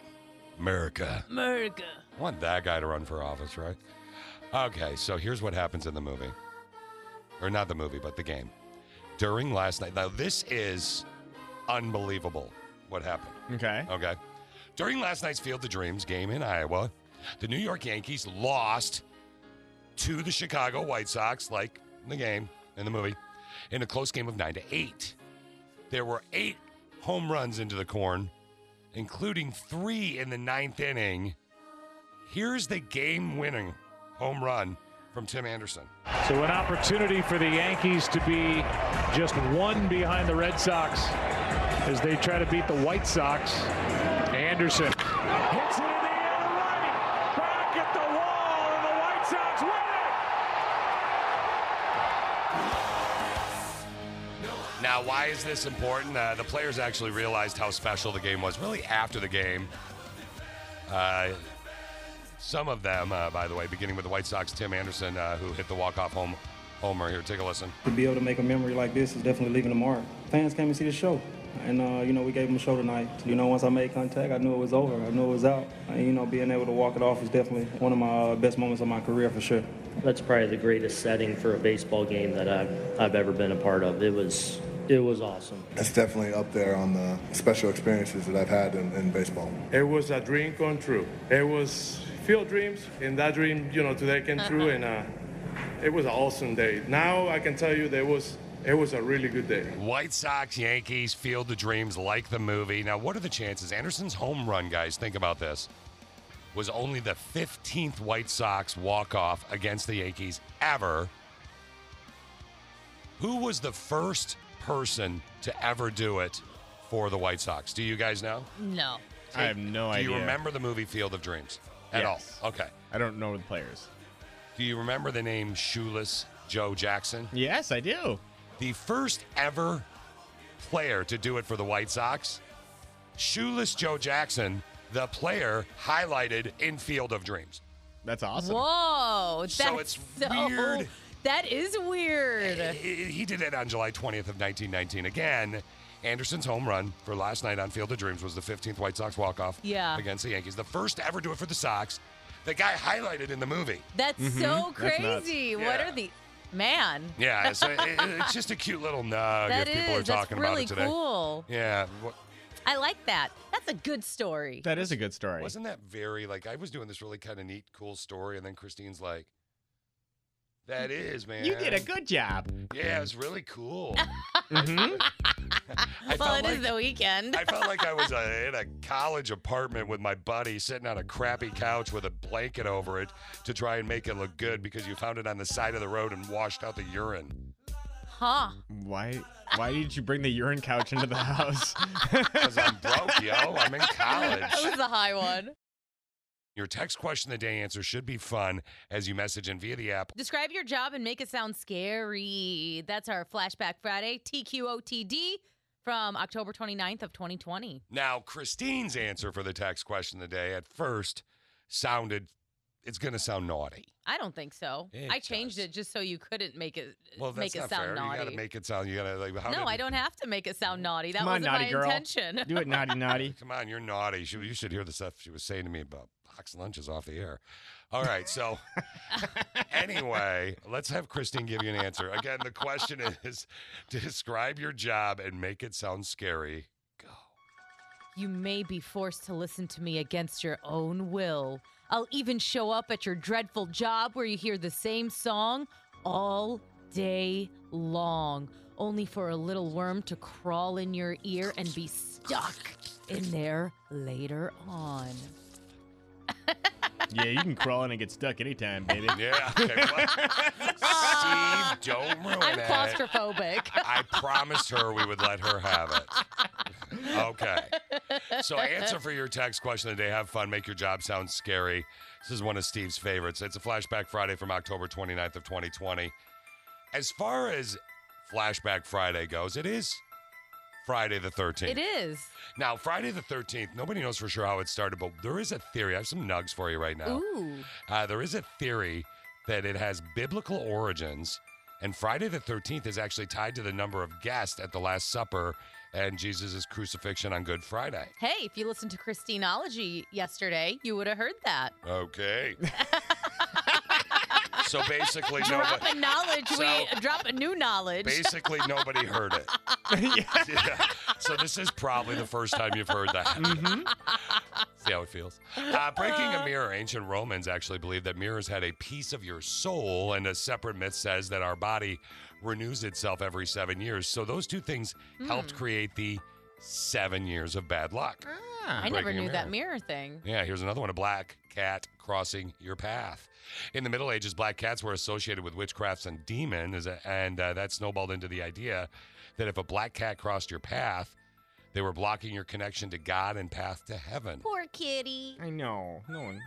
Speaker 7: America.
Speaker 8: America.
Speaker 7: I want that guy to run for office, right? Okay, so here's what happens in the movie. Or not the movie, but the game. During last night. Now, this is unbelievable what happened.
Speaker 1: Okay.
Speaker 7: Okay. During last night's Field of Dreams game in Iowa, the New York Yankees lost to the Chicago White Sox, like the game in the movie, in a close game of nine to eight. There were eight home runs into the corn, including three in the ninth inning. Here's the game winning home run from Tim Anderson.
Speaker 21: So an opportunity for the Yankees to be just one behind the Red Sox as they try to beat the White Sox. Anderson hits it in the air right, back at the wall, and the White Sox
Speaker 7: Now, why is this important? Uh, the players actually realized how special the game was really after the game. Uh, some of them, uh, by the way, beginning with the White Sox, Tim Anderson, uh, who hit the walk-off home homer. Here, take a listen.
Speaker 22: To be able to make a memory like this is definitely leaving a mark. Fans came and see the show, and uh, you know we gave them a show tonight. You know once I made contact, I knew it was over. I knew it was out. And, you know being able to walk it off is definitely one of my uh, best moments of my career for sure.
Speaker 23: That's probably the greatest setting for a baseball game that I've, I've ever been a part of. It was it was awesome.
Speaker 24: That's definitely up there on the special experiences that I've had in, in baseball.
Speaker 25: It was a dream come true. It was few dreams, and that dream, you know, today came true, and uh, it was an awesome day. Now I can tell you that it was it was a really good day.
Speaker 7: White Sox, Yankees, Field of Dreams, like the movie. Now, what are the chances? Anderson's home run, guys, think about this, was only the 15th White Sox walk-off against the Yankees ever. Who was the first person to ever do it for the White Sox. Do you guys know?
Speaker 8: No.
Speaker 1: I have no
Speaker 7: Do
Speaker 1: idea.
Speaker 7: you remember the movie Field of Dreams at
Speaker 1: Yes.
Speaker 7: all? Okay.
Speaker 1: I don't know the players.
Speaker 7: Do you remember the name Shoeless Joe Jackson?
Speaker 1: Yes, I do.
Speaker 7: The first ever player to do it for the White Sox, Shoeless Joe Jackson, the player highlighted in Field of Dreams.
Speaker 1: That's awesome.
Speaker 8: Whoa. That's
Speaker 7: So it's weird.
Speaker 8: That is weird.
Speaker 7: He he did it on July 20th of 1919. Again, Anderson's home run for last night on Field of Dreams was the 15th White Sox walk-off
Speaker 8: Yeah.
Speaker 7: against the Yankees. The first to ever do it for the Sox. The guy highlighted in the movie.
Speaker 8: That's so crazy.
Speaker 7: Mm-hmm.
Speaker 8: what
Speaker 7: Yeah.
Speaker 8: are the man?
Speaker 7: Yeah, so it, it- it's just a cute little nug
Speaker 8: That
Speaker 7: if people
Speaker 8: is,
Speaker 7: are
Speaker 8: that's
Speaker 7: talking
Speaker 8: really
Speaker 7: about it today.
Speaker 8: cool.
Speaker 7: Yeah. wha-
Speaker 8: I like that. That's a good story.
Speaker 1: That is a good story.
Speaker 7: Wasn't that very like I was doing this really kind of neat, cool story, and then Christine's like, "That is, man.
Speaker 1: You did a good job.
Speaker 7: Yeah, it was
Speaker 1: [laughs]
Speaker 7: really cool.
Speaker 1: hmm
Speaker 7: I
Speaker 8: well,
Speaker 7: felt
Speaker 8: it is
Speaker 7: like
Speaker 8: the weekend.
Speaker 7: I felt like I was uh in a college apartment with my buddy, sitting on a crappy couch with a blanket over it to try and make it look good because you found it on the side of the road and washed out the urine.
Speaker 8: [laughs] huh.
Speaker 1: Why? Why did you bring the urine couch into the house?
Speaker 7: Because I'm broke, yo. I'm in college.
Speaker 8: [laughs] That was the high one.
Speaker 7: Your text question of the day answer should be fun as you message in via the app.
Speaker 8: Describe your job and make it sound scary. That's our Flashback Friday TQOTD from October 29th of 2020.
Speaker 7: Now, Christine's answer for the text question of the day at first sounded, it's going to sound naughty.
Speaker 8: I don't think so.
Speaker 7: It
Speaker 8: I changed it just so you couldn't make it
Speaker 7: Well,
Speaker 8: make
Speaker 7: that's
Speaker 8: it
Speaker 7: not
Speaker 8: sound
Speaker 7: fair.
Speaker 8: naughty.
Speaker 7: You got to make it sound, you got to, like, how
Speaker 8: no,
Speaker 7: did-
Speaker 8: I don't have to make it sound naughty. That
Speaker 1: Come on,
Speaker 8: wasn't
Speaker 1: naughty
Speaker 8: my
Speaker 1: girl.
Speaker 8: intention.
Speaker 1: [laughs] Do it, naughty, naughty.
Speaker 7: Come on, you're naughty. She, you should hear the stuff she was saying to me about box lunches off the air. All right,
Speaker 8: [laughs]
Speaker 7: so anyway, let's have Christine give you an answer. Again, the question is [laughs] describe your job and make it sound scary.
Speaker 8: You may be forced to listen to me against your own will. I'll even show up at your dreadful job where you hear the same song all day long, only for a little worm to crawl in your ear and be stuck in there later on.
Speaker 1: yeah, you can crawl in and get stuck anytime, baby.
Speaker 7: Yeah. Okay,
Speaker 8: [laughs]
Speaker 7: Steve, don't ruin
Speaker 8: I'm
Speaker 7: it. [laughs]
Speaker 8: claustrophobic.
Speaker 7: I promised her we would let her have it. Okay. So, answer for your text question today. Have fun. Make your job sound scary. This is one of Steve's favorites. It's a flashback Friday from October 29th of 2020. As far as flashback Friday goes, it is Friday the 13th.
Speaker 8: It is.
Speaker 7: Now, Friday the 13th, nobody knows for sure how it started, but there is a theory. I have some nugs for you right now.
Speaker 8: Ooh.
Speaker 7: Uh, there is a theory that it has biblical origins, and Friday the 13th is actually tied to the number of guests at the Last Supper and Jesus' crucifixion on Good Friday.
Speaker 8: Hey, if you listened to Christinology yesterday, you would have heard that.
Speaker 7: Okay. so basically,
Speaker 8: Drop a
Speaker 7: nobody.
Speaker 8: knowledge,
Speaker 7: So-
Speaker 8: we drop a new knowledge.
Speaker 7: Basically, nobody heard
Speaker 8: [laughs]
Speaker 7: it. Yeah. So, this is probably the first time you've heard that.
Speaker 8: Mm-hmm.
Speaker 7: See how it feels. Uh, breaking a mirror, ancient Romans actually believed that mirrors had a piece of your soul, and a separate myth says that our body renews itself every seven years. So those two things helped
Speaker 8: Hmm.
Speaker 7: create the seven years of bad luck.
Speaker 8: Ah. I never
Speaker 7: Breaking a
Speaker 8: knew that mirror thing.
Speaker 7: Yeah, here's another one a black cat crossing your path. In the Middle Ages, black cats were associated with witchcrafts and demons, and uh, that snowballed into the idea that if a black cat crossed your path, they were blocking your connection to God and path to heaven.
Speaker 8: Poor kitty.
Speaker 1: [laughs] I know. No [laughs] one.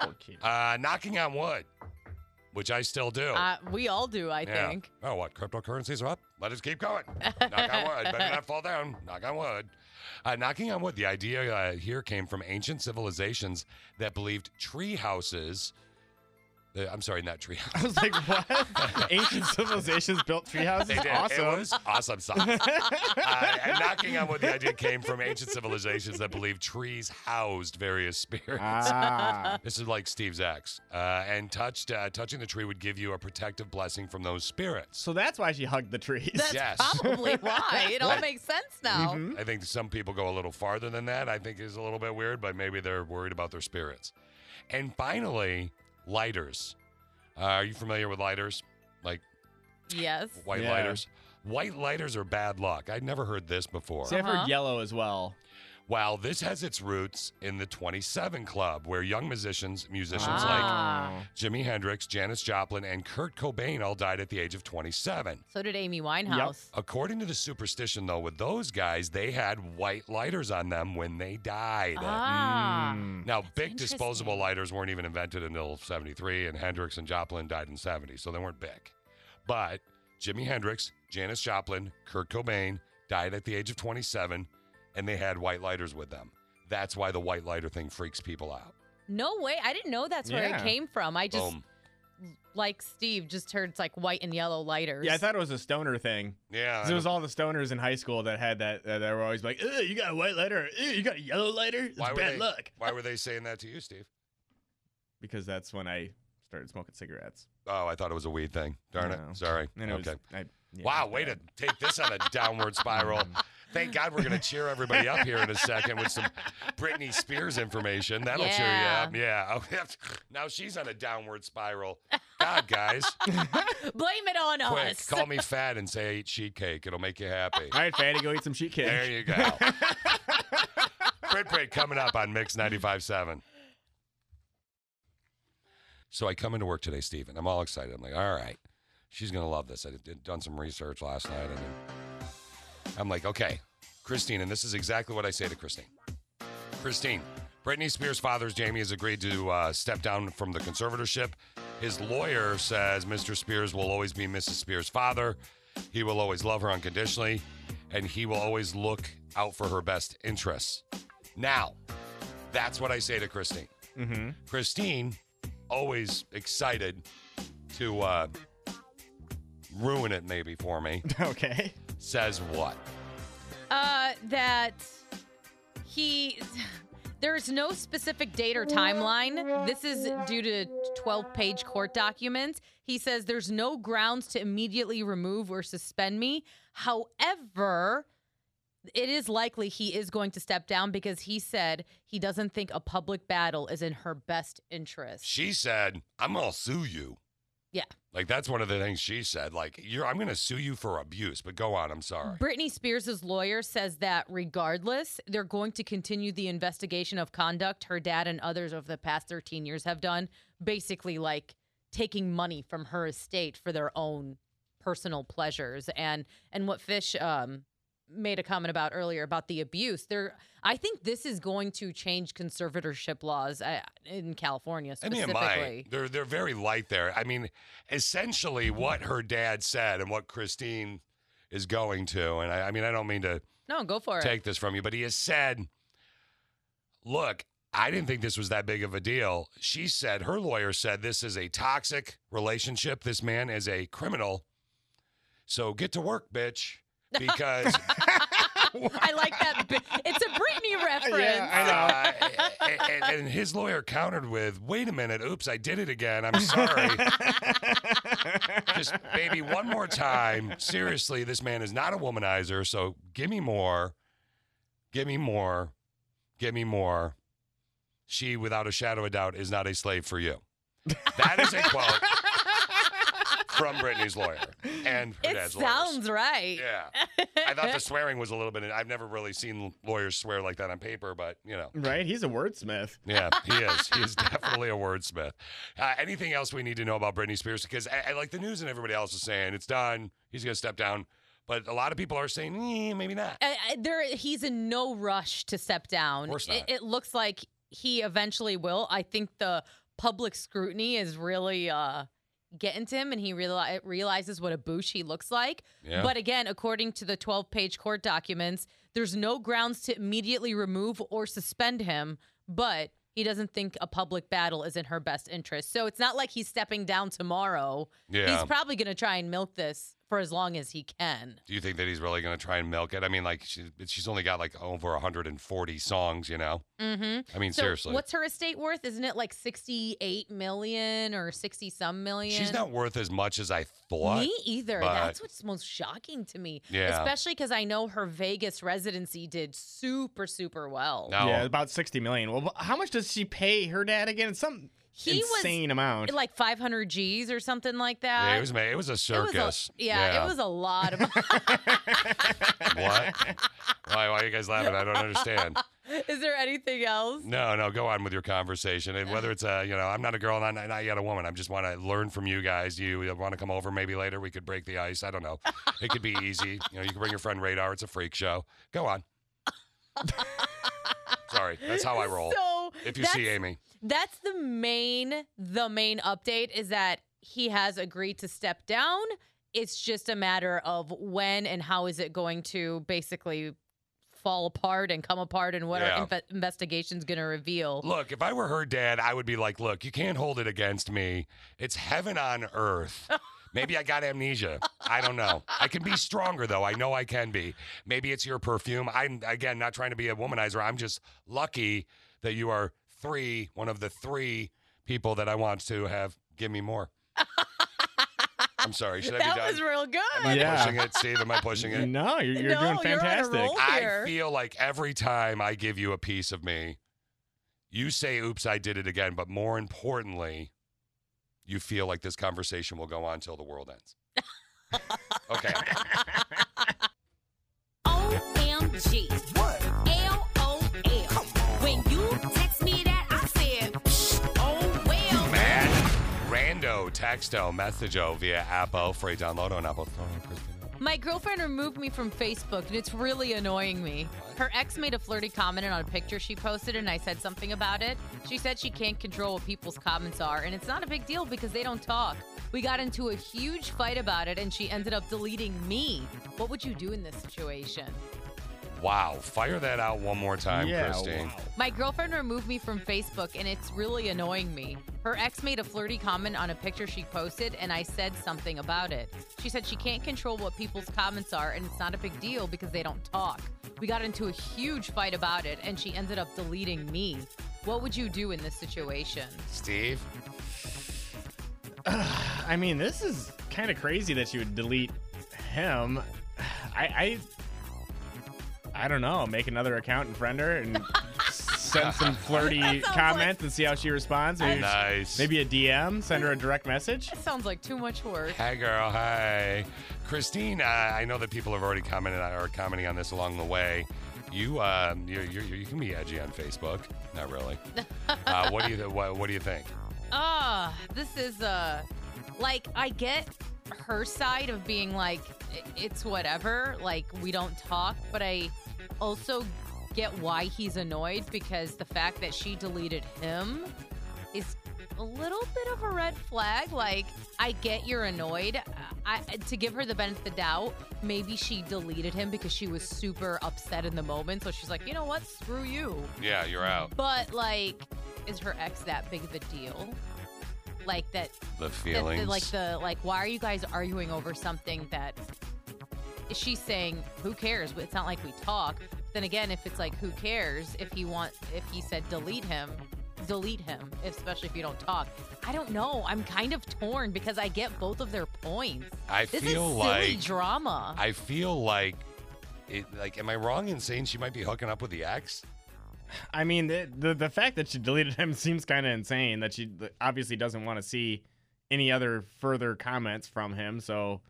Speaker 1: Poor kid.
Speaker 7: Uh, knocking on wood, which I still do.
Speaker 8: Uh, we all do, I
Speaker 7: Oh. Yeah.
Speaker 8: think.
Speaker 7: Oh, what? Cryptocurrencies are up? Let us keep going. Knock on wood. Better not fall down. Knock on wood. Uh, knocking on wood. The idea uh, here came from ancient civilizations that believed tree houses. uh, I'm sorry, not tree [laughs] houses.
Speaker 1: I [laughs] was like, what? [laughs] Ancient civilizations built tree houses.
Speaker 7: They did.
Speaker 1: Awesome.
Speaker 7: It was
Speaker 1: [laughs]
Speaker 7: awesome socks. uh, and knocking on wood, the idea came from ancient civilizations that believed trees housed various spirits.
Speaker 1: Ah.
Speaker 7: This is like Steve's axe. Uh, and touched, uh, touching the tree would give you a protective blessing from those spirits.
Speaker 1: So that's why she hugged the trees.
Speaker 7: That's Yes.
Speaker 8: [laughs]
Speaker 7: Mm-hmm.
Speaker 8: Probably why. It all
Speaker 7: Right.
Speaker 8: makes sense now.
Speaker 7: I think some people go a little farther than that. I think is a little bit weird, but maybe they're worried about their spirits. And finally, lighters. Uh, are you familiar with lighters? Like
Speaker 8: Yes.
Speaker 7: white lighters? White lighters are bad luck. I'd never heard this before.
Speaker 1: Uh-huh. See, I've heard yellow as well.
Speaker 7: While this has its roots in the 27 Club, where young musicians, musicians
Speaker 8: Ah.
Speaker 7: like Jimi Hendrix, Janis Joplin, and Kurt Cobain all died at the age of 27.
Speaker 8: So did Amy Winehouse.
Speaker 7: According to the superstition, though, with those guys, they had white lighters on them when they died.
Speaker 8: Ah.
Speaker 7: Now, big disposable lighters weren't even invented until 73, and Hendrix and Joplin died in 70, so they weren't big. But Jimi Hendrix, Janis Joplin, Kurt Cobain died at the age of 27, and they had white lighters with them. That's why the white lighter thing freaks people out.
Speaker 8: No way. I didn't know that's where
Speaker 7: Yeah.
Speaker 8: it came from. I just,
Speaker 7: Boom.
Speaker 8: like Steve, just heard it's like white and yellow lighters.
Speaker 1: Yeah, I thought it was a stoner thing.
Speaker 7: Yeah,
Speaker 1: 'Cause it was all the stoners in high school that had that. That, that were always like, "Ugh, you got a white lighter. Ew, you got a yellow lighter. It's
Speaker 7: Why were
Speaker 1: bad
Speaker 7: they-
Speaker 1: luck."
Speaker 7: Why were they saying that to you, Steve?
Speaker 1: Because that's when I started smoking cigarettes.
Speaker 7: Oh, I thought it was a weed thing. Darn
Speaker 1: No.
Speaker 7: it. Sorry.
Speaker 1: And it was-
Speaker 7: okay.
Speaker 1: I- yeah,
Speaker 7: wow, way to take this on a downward
Speaker 1: [laughs]
Speaker 7: spiral. Thank God we're going to cheer everybody up here in a second with some Britney Spears information. That'll cheer you up. Yeah. Oh, [laughs] now she's on a downward spiral. God, guys.
Speaker 8: Blame it on
Speaker 7: Quick,
Speaker 8: us.
Speaker 7: call me fat and say I eat sheet cake. It'll make you happy.
Speaker 1: All right, Fatty, go eat some sheet cake.
Speaker 7: There you go. Brit Parade coming up on Mix 95.7. So I come into work today, Steven. I'm all excited. I'm like, all right, she's going to love this. I did, done some research last night. And I'm like, okay, Christine, and this is exactly what I say to Christine. Christine, Britney Spears' father, Jamie, has agreed to uh, step down from the conservatorship. His lawyer says Mr. Spears will always be Mrs. Spears' father. He will always love her unconditionally, and he will always look out for her best interests. Now, that's what I say to Christine.
Speaker 1: Mm-hmm.
Speaker 7: Christine, always excited to uh, ruin it maybe for me.
Speaker 1: [laughs] Okay.
Speaker 7: Says what?
Speaker 8: Uh, that he. [laughs] There is no specific date or timeline. This is due to 12 page court documents. He says there's no grounds to immediately remove or suspend me. However, it is likely he is going to step down because he said he doesn't think a public battle is in her best interest.
Speaker 7: She said, I'm going to sue you.
Speaker 8: Yeah.
Speaker 7: Like that's one of the things she said. Like you're, I'm going to sue you for abuse. But go on. I'm sorry.
Speaker 8: Britney Spears' lawyer says that regardless, they're going to continue the investigation of conduct her dad and others over the past 13 years have done, basically like taking money from her estate for their own personal pleasures and and what Fish um made a comment about earlier about the abuse. There I think this is going to change conservatorship laws uh, in California
Speaker 7: I mean,
Speaker 8: Mm-hmm. specifically.
Speaker 7: am I? They're they're very light there. I mean, essentially what her dad said and what Christine is going to. And I, I mean, I don't mean to
Speaker 8: No, go for it.
Speaker 7: take this from you, but he has said, "Look, I didn't think this was that big of a deal." She said her lawyer said this is a toxic relationship. This man is a criminal. So get to work, bitch,
Speaker 8: [laughs]
Speaker 7: because
Speaker 8: I like that. bi- It's
Speaker 7: [laughs]
Speaker 8: a Britney reference. [laughs]
Speaker 7: Yeah, I know. I- I- [laughs] and, and his lawyer countered with, "Wait a minute, oops, I did it again. I'm [laughs] sorry. Just baby, one more time. Seriously, this man is not a womanizer. So give me more, give me more, give me more. She, without a shadow of doubt, is not a slave for you. That is a [laughs] quote from Brittany's lawyer and her
Speaker 8: It
Speaker 7: dad's lawyer.
Speaker 8: sounds right.
Speaker 7: Yeah.
Speaker 8: [laughs]
Speaker 7: I thought the swearing was a little bit. I've never really seen lawyers swear like that on paper, but you know.
Speaker 1: Right? He's a wordsmith.
Speaker 7: Yeah, he is. He is definitely a wordsmith. Uh, anything else we need to know about Britney Spears? Because I, I like the news and everybody else is saying it's done. He's going to step down, but a lot of people are saying "Eh, maybe not.
Speaker 8: I- I- there, he's in no rush to step down.
Speaker 7: Of course
Speaker 8: It,
Speaker 7: not.
Speaker 8: it looks like he eventually will. I think the public scrutiny is really uh, getting to him, and he reali- realizes what a boosh he looks like.
Speaker 3: Yeah.
Speaker 8: But again, according to the 12-page court documents, there's no grounds to immediately remove or suspend him, but. He doesn't think a public battle is in her best interest. So it's not like he's stepping down tomorrow.
Speaker 7: Yeah.
Speaker 8: He's probably going to try and milk this for as long as he can.
Speaker 7: Do you think that he's really going to try and milk it? I mean, like she, she's only got like over 140 songs, you know.
Speaker 8: hmm
Speaker 7: I mean,
Speaker 8: so
Speaker 7: seriously.
Speaker 8: what's her estate worth? Isn't it like sixty-eight million or sixty some million?
Speaker 7: She's not worth as much as I thought.
Speaker 8: Me either.
Speaker 7: but-
Speaker 8: That's what's most shocking to me.
Speaker 7: Yeah.
Speaker 8: Especially because I know her Vegas residency did super, super well.
Speaker 7: Oh.
Speaker 1: Yeah, about sixty million. Well, how much does she pay her dad again? It's Some
Speaker 8: He was
Speaker 1: insane amount.
Speaker 8: Like 500 G's or something like that.
Speaker 7: Yeah, it was ma- it was a
Speaker 8: It was a-
Speaker 7: circus.
Speaker 8: yeah, it was a lot of [laughs]
Speaker 7: what? Why? Why are you guys laughing? I don't understand.
Speaker 8: [laughs] Is there anything else?
Speaker 7: No, no, go on with your conversation. And whether it's a, you know, I'm not a girl, not, not yet a woman. I just want to learn from you guys. You want to come over maybe later? We could break the ice. I don't know. It could be easy. You know, you can bring your friend Radar. It's a freak show. Go
Speaker 8: [laughs]
Speaker 7: on. Sorry, that's how I roll.
Speaker 8: So
Speaker 7: if you see
Speaker 8: that's-
Speaker 7: Amy,
Speaker 8: That's the main the main update is that he has agreed to step down. It's just a matter of when and how is it going to basically fall apart and come apart and what
Speaker 7: Yeah.
Speaker 8: our inve- investigation's going to reveal.
Speaker 7: look, if I were her dad, I would be like, look, you can't hold it against me. It's heaven on earth. Maybe I got amnesia. I don't know. I can be stronger though. I know I can be. Maybe it's your perfume. I'm again not trying to be a womanizer. I'm just lucky that you are three, one of the three people that I want to have give me more. I'm sorry. Should I be
Speaker 8: that
Speaker 7: done?
Speaker 8: was real good.
Speaker 7: Am I pushing it, Steve? Am I pushing it?
Speaker 1: No, you're, you're
Speaker 8: No,
Speaker 1: doing
Speaker 8: you're on a
Speaker 1: fantastic.
Speaker 8: roll
Speaker 7: I
Speaker 8: here.
Speaker 7: feel like every time I give you a piece of me, you say, oops, I did it again. But more importantly, you feel like this conversation will go on till the world ends. okay.
Speaker 3: OMG. What? L O L. When you text me that, I said, oh well.
Speaker 7: Man, rando, texto, messageo via Apple, free download on Apple.
Speaker 8: My girlfriend removed me from Facebook and it's really annoying me. Her ex made a flirty comment on a picture she posted and I said something about it. She said she can't control what people's comments are and it's not a big deal because they don't talk. We got into a huge fight about it and she ended up deleting me. What would you do in this situation?
Speaker 7: Wow. Fire that out one more time,
Speaker 1: Yeah,
Speaker 7: Christine.
Speaker 8: My girlfriend removed me from Facebook and it's really annoying me. Her ex made a flirty comment on a picture she posted and I said something about it. She said she can't control what people's comments are and it's not a big deal because they don't talk. We got into a huge fight about it and she ended up deleting me. What would you do in this situation?
Speaker 7: Steve?
Speaker 1: I mean, this is kind of crazy that you would delete him. I, I, I don't know. Make another account and friend her
Speaker 7: [laughs]
Speaker 1: and send some flirty comments and see how she responds. Maybe,
Speaker 7: Nice.
Speaker 1: Maybe a DM. Send her a direct message.
Speaker 8: That sounds like too much work.
Speaker 7: Hi, girl. Hi, Christine. Uh, I know that people have already commented are commenting on this along the way. You, um, you, you, you can be edgy on Facebook. Not really. Uh, what do you th- what, what do you think?
Speaker 8: Ah, this is uh like I get her side of being like "I- it's whatever, like we don't talk, but I also get why he's annoyed because the fact that she deleted him is a little bit of a red flag. Like I get you're annoyed. I, to give her the benefit of the doubt, maybe she deleted him because she was super upset in the moment, so she's like, "You know what? Screw you."
Speaker 7: Yeah, you're out.
Speaker 8: But like, is her ex that big of a deal? Like that?
Speaker 7: The
Speaker 8: [laughs] that-
Speaker 7: feelings.
Speaker 8: that- like the like. Why are you guys arguing over something that? She's saying, "Who cares?" It's not like we talk. Then again, if it's like, "Who cares?" If he want, if he said, "Delete him," delete him. Especially if you don't talk. I don't know. I'm kind of torn because I get both of their points.
Speaker 7: I
Speaker 8: this
Speaker 7: feel
Speaker 8: is silly
Speaker 7: like-
Speaker 8: drama.
Speaker 7: I feel like, it, like, am I wrong in saying she might be hooking up with the ex?
Speaker 1: I mean, the the, the fact that she deleted him [laughs] seems kind of insane. That she obviously doesn't want to see any other further comments from him. So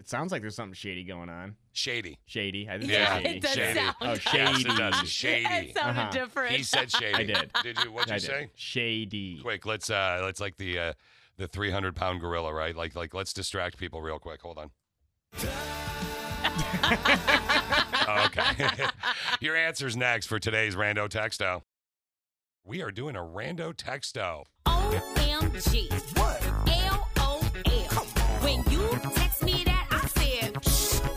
Speaker 1: it sounds like there's something shady going on.
Speaker 7: Shady.
Speaker 1: Shady. I think
Speaker 7: Yeah,
Speaker 1: shady.
Speaker 7: it does Shady. sound-
Speaker 1: Oh,
Speaker 7: Yes,
Speaker 1: shady.
Speaker 7: it does.
Speaker 8: [laughs]
Speaker 7: Shady. That sounded different. He said shady.
Speaker 1: I did.
Speaker 7: Did you- what'd you
Speaker 1: I did.
Speaker 7: say?
Speaker 1: Shady.
Speaker 7: Quick, let's uh, let's like the uh, the three hundred pound gorilla, right? Like, like, let's distract people real quick. Hold on. okay. [laughs] Your answer's next for today's rando texto. We are doing a rando texto.
Speaker 3: OMG. What? L O L. When you text me that, I said,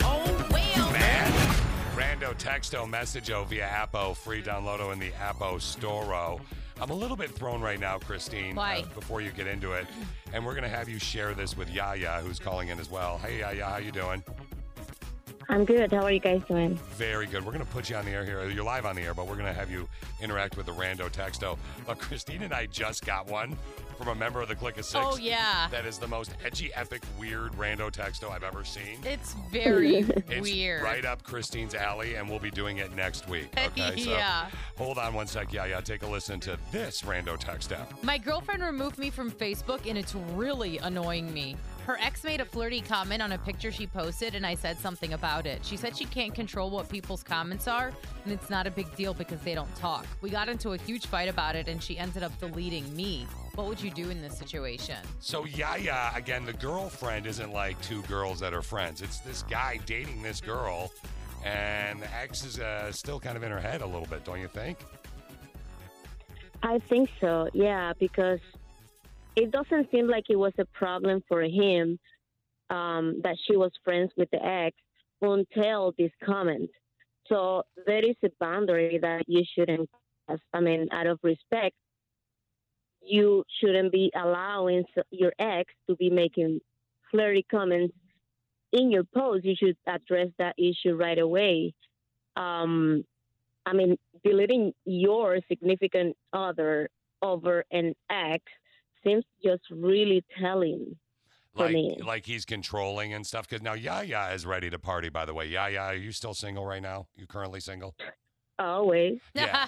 Speaker 3: oh well.
Speaker 7: Rando texto messageo via Appo, free downloado in the Appo Storo. I'm a little bit thrown right now, Christine. uh,
Speaker 8: Why?
Speaker 7: before you get into it, and we're gonna have you share this with Yaya, who's calling in as well. Hey Yaya, how you doing?
Speaker 4: I'm good. How are you guys doing?
Speaker 7: Very good. We're going to put you on the air here. You're live on the air, but we're going to have you interact with the rando texto. But Christine and I just got one from a member of the Click of Six.
Speaker 8: Oh, yeah.
Speaker 7: That is the most edgy, epic, weird rando texto I've ever seen.
Speaker 8: it's very
Speaker 7: It's
Speaker 8: weird.
Speaker 7: right up Christine's alley, and we'll be doing it next week.
Speaker 8: [laughs]
Speaker 7: Okay, so
Speaker 8: Yeah.
Speaker 7: hold on one sec. Yeah, yeah. Take a listen to this rando texto.
Speaker 8: My girlfriend removed me from Facebook and it's really annoying me. Her ex made a flirty comment on a picture she posted, and I said something about it. She said she can't control what people's comments are, and it's not a big deal because they don't talk. We got into a huge fight about it, and she ended up deleting me. What would you do in this situation?
Speaker 7: So Yaya, again, the girlfriend isn't like two girls that are friends. It's this guy dating this girl, and the ex is uh, still kind of in her head a little bit, don't you think?
Speaker 4: I think so, yeah, because it doesn't seem like it was a problem for him um, that she was friends with the ex until this comment. So there is a boundary that you shouldn't cross. I mean, out of respect, you shouldn't be allowing s- your ex to be making flirty comments in your post. You should address that issue right away. Um, I mean, deleting your significant other over an ex seems just really telling. for
Speaker 7: Like,
Speaker 4: me.
Speaker 7: like he's controlling and stuff. Because now Yaya is ready to party. By the way, Yaya, are you still single right now? You
Speaker 4: [laughs]
Speaker 7: currently single?
Speaker 4: Always.
Speaker 7: Yeah.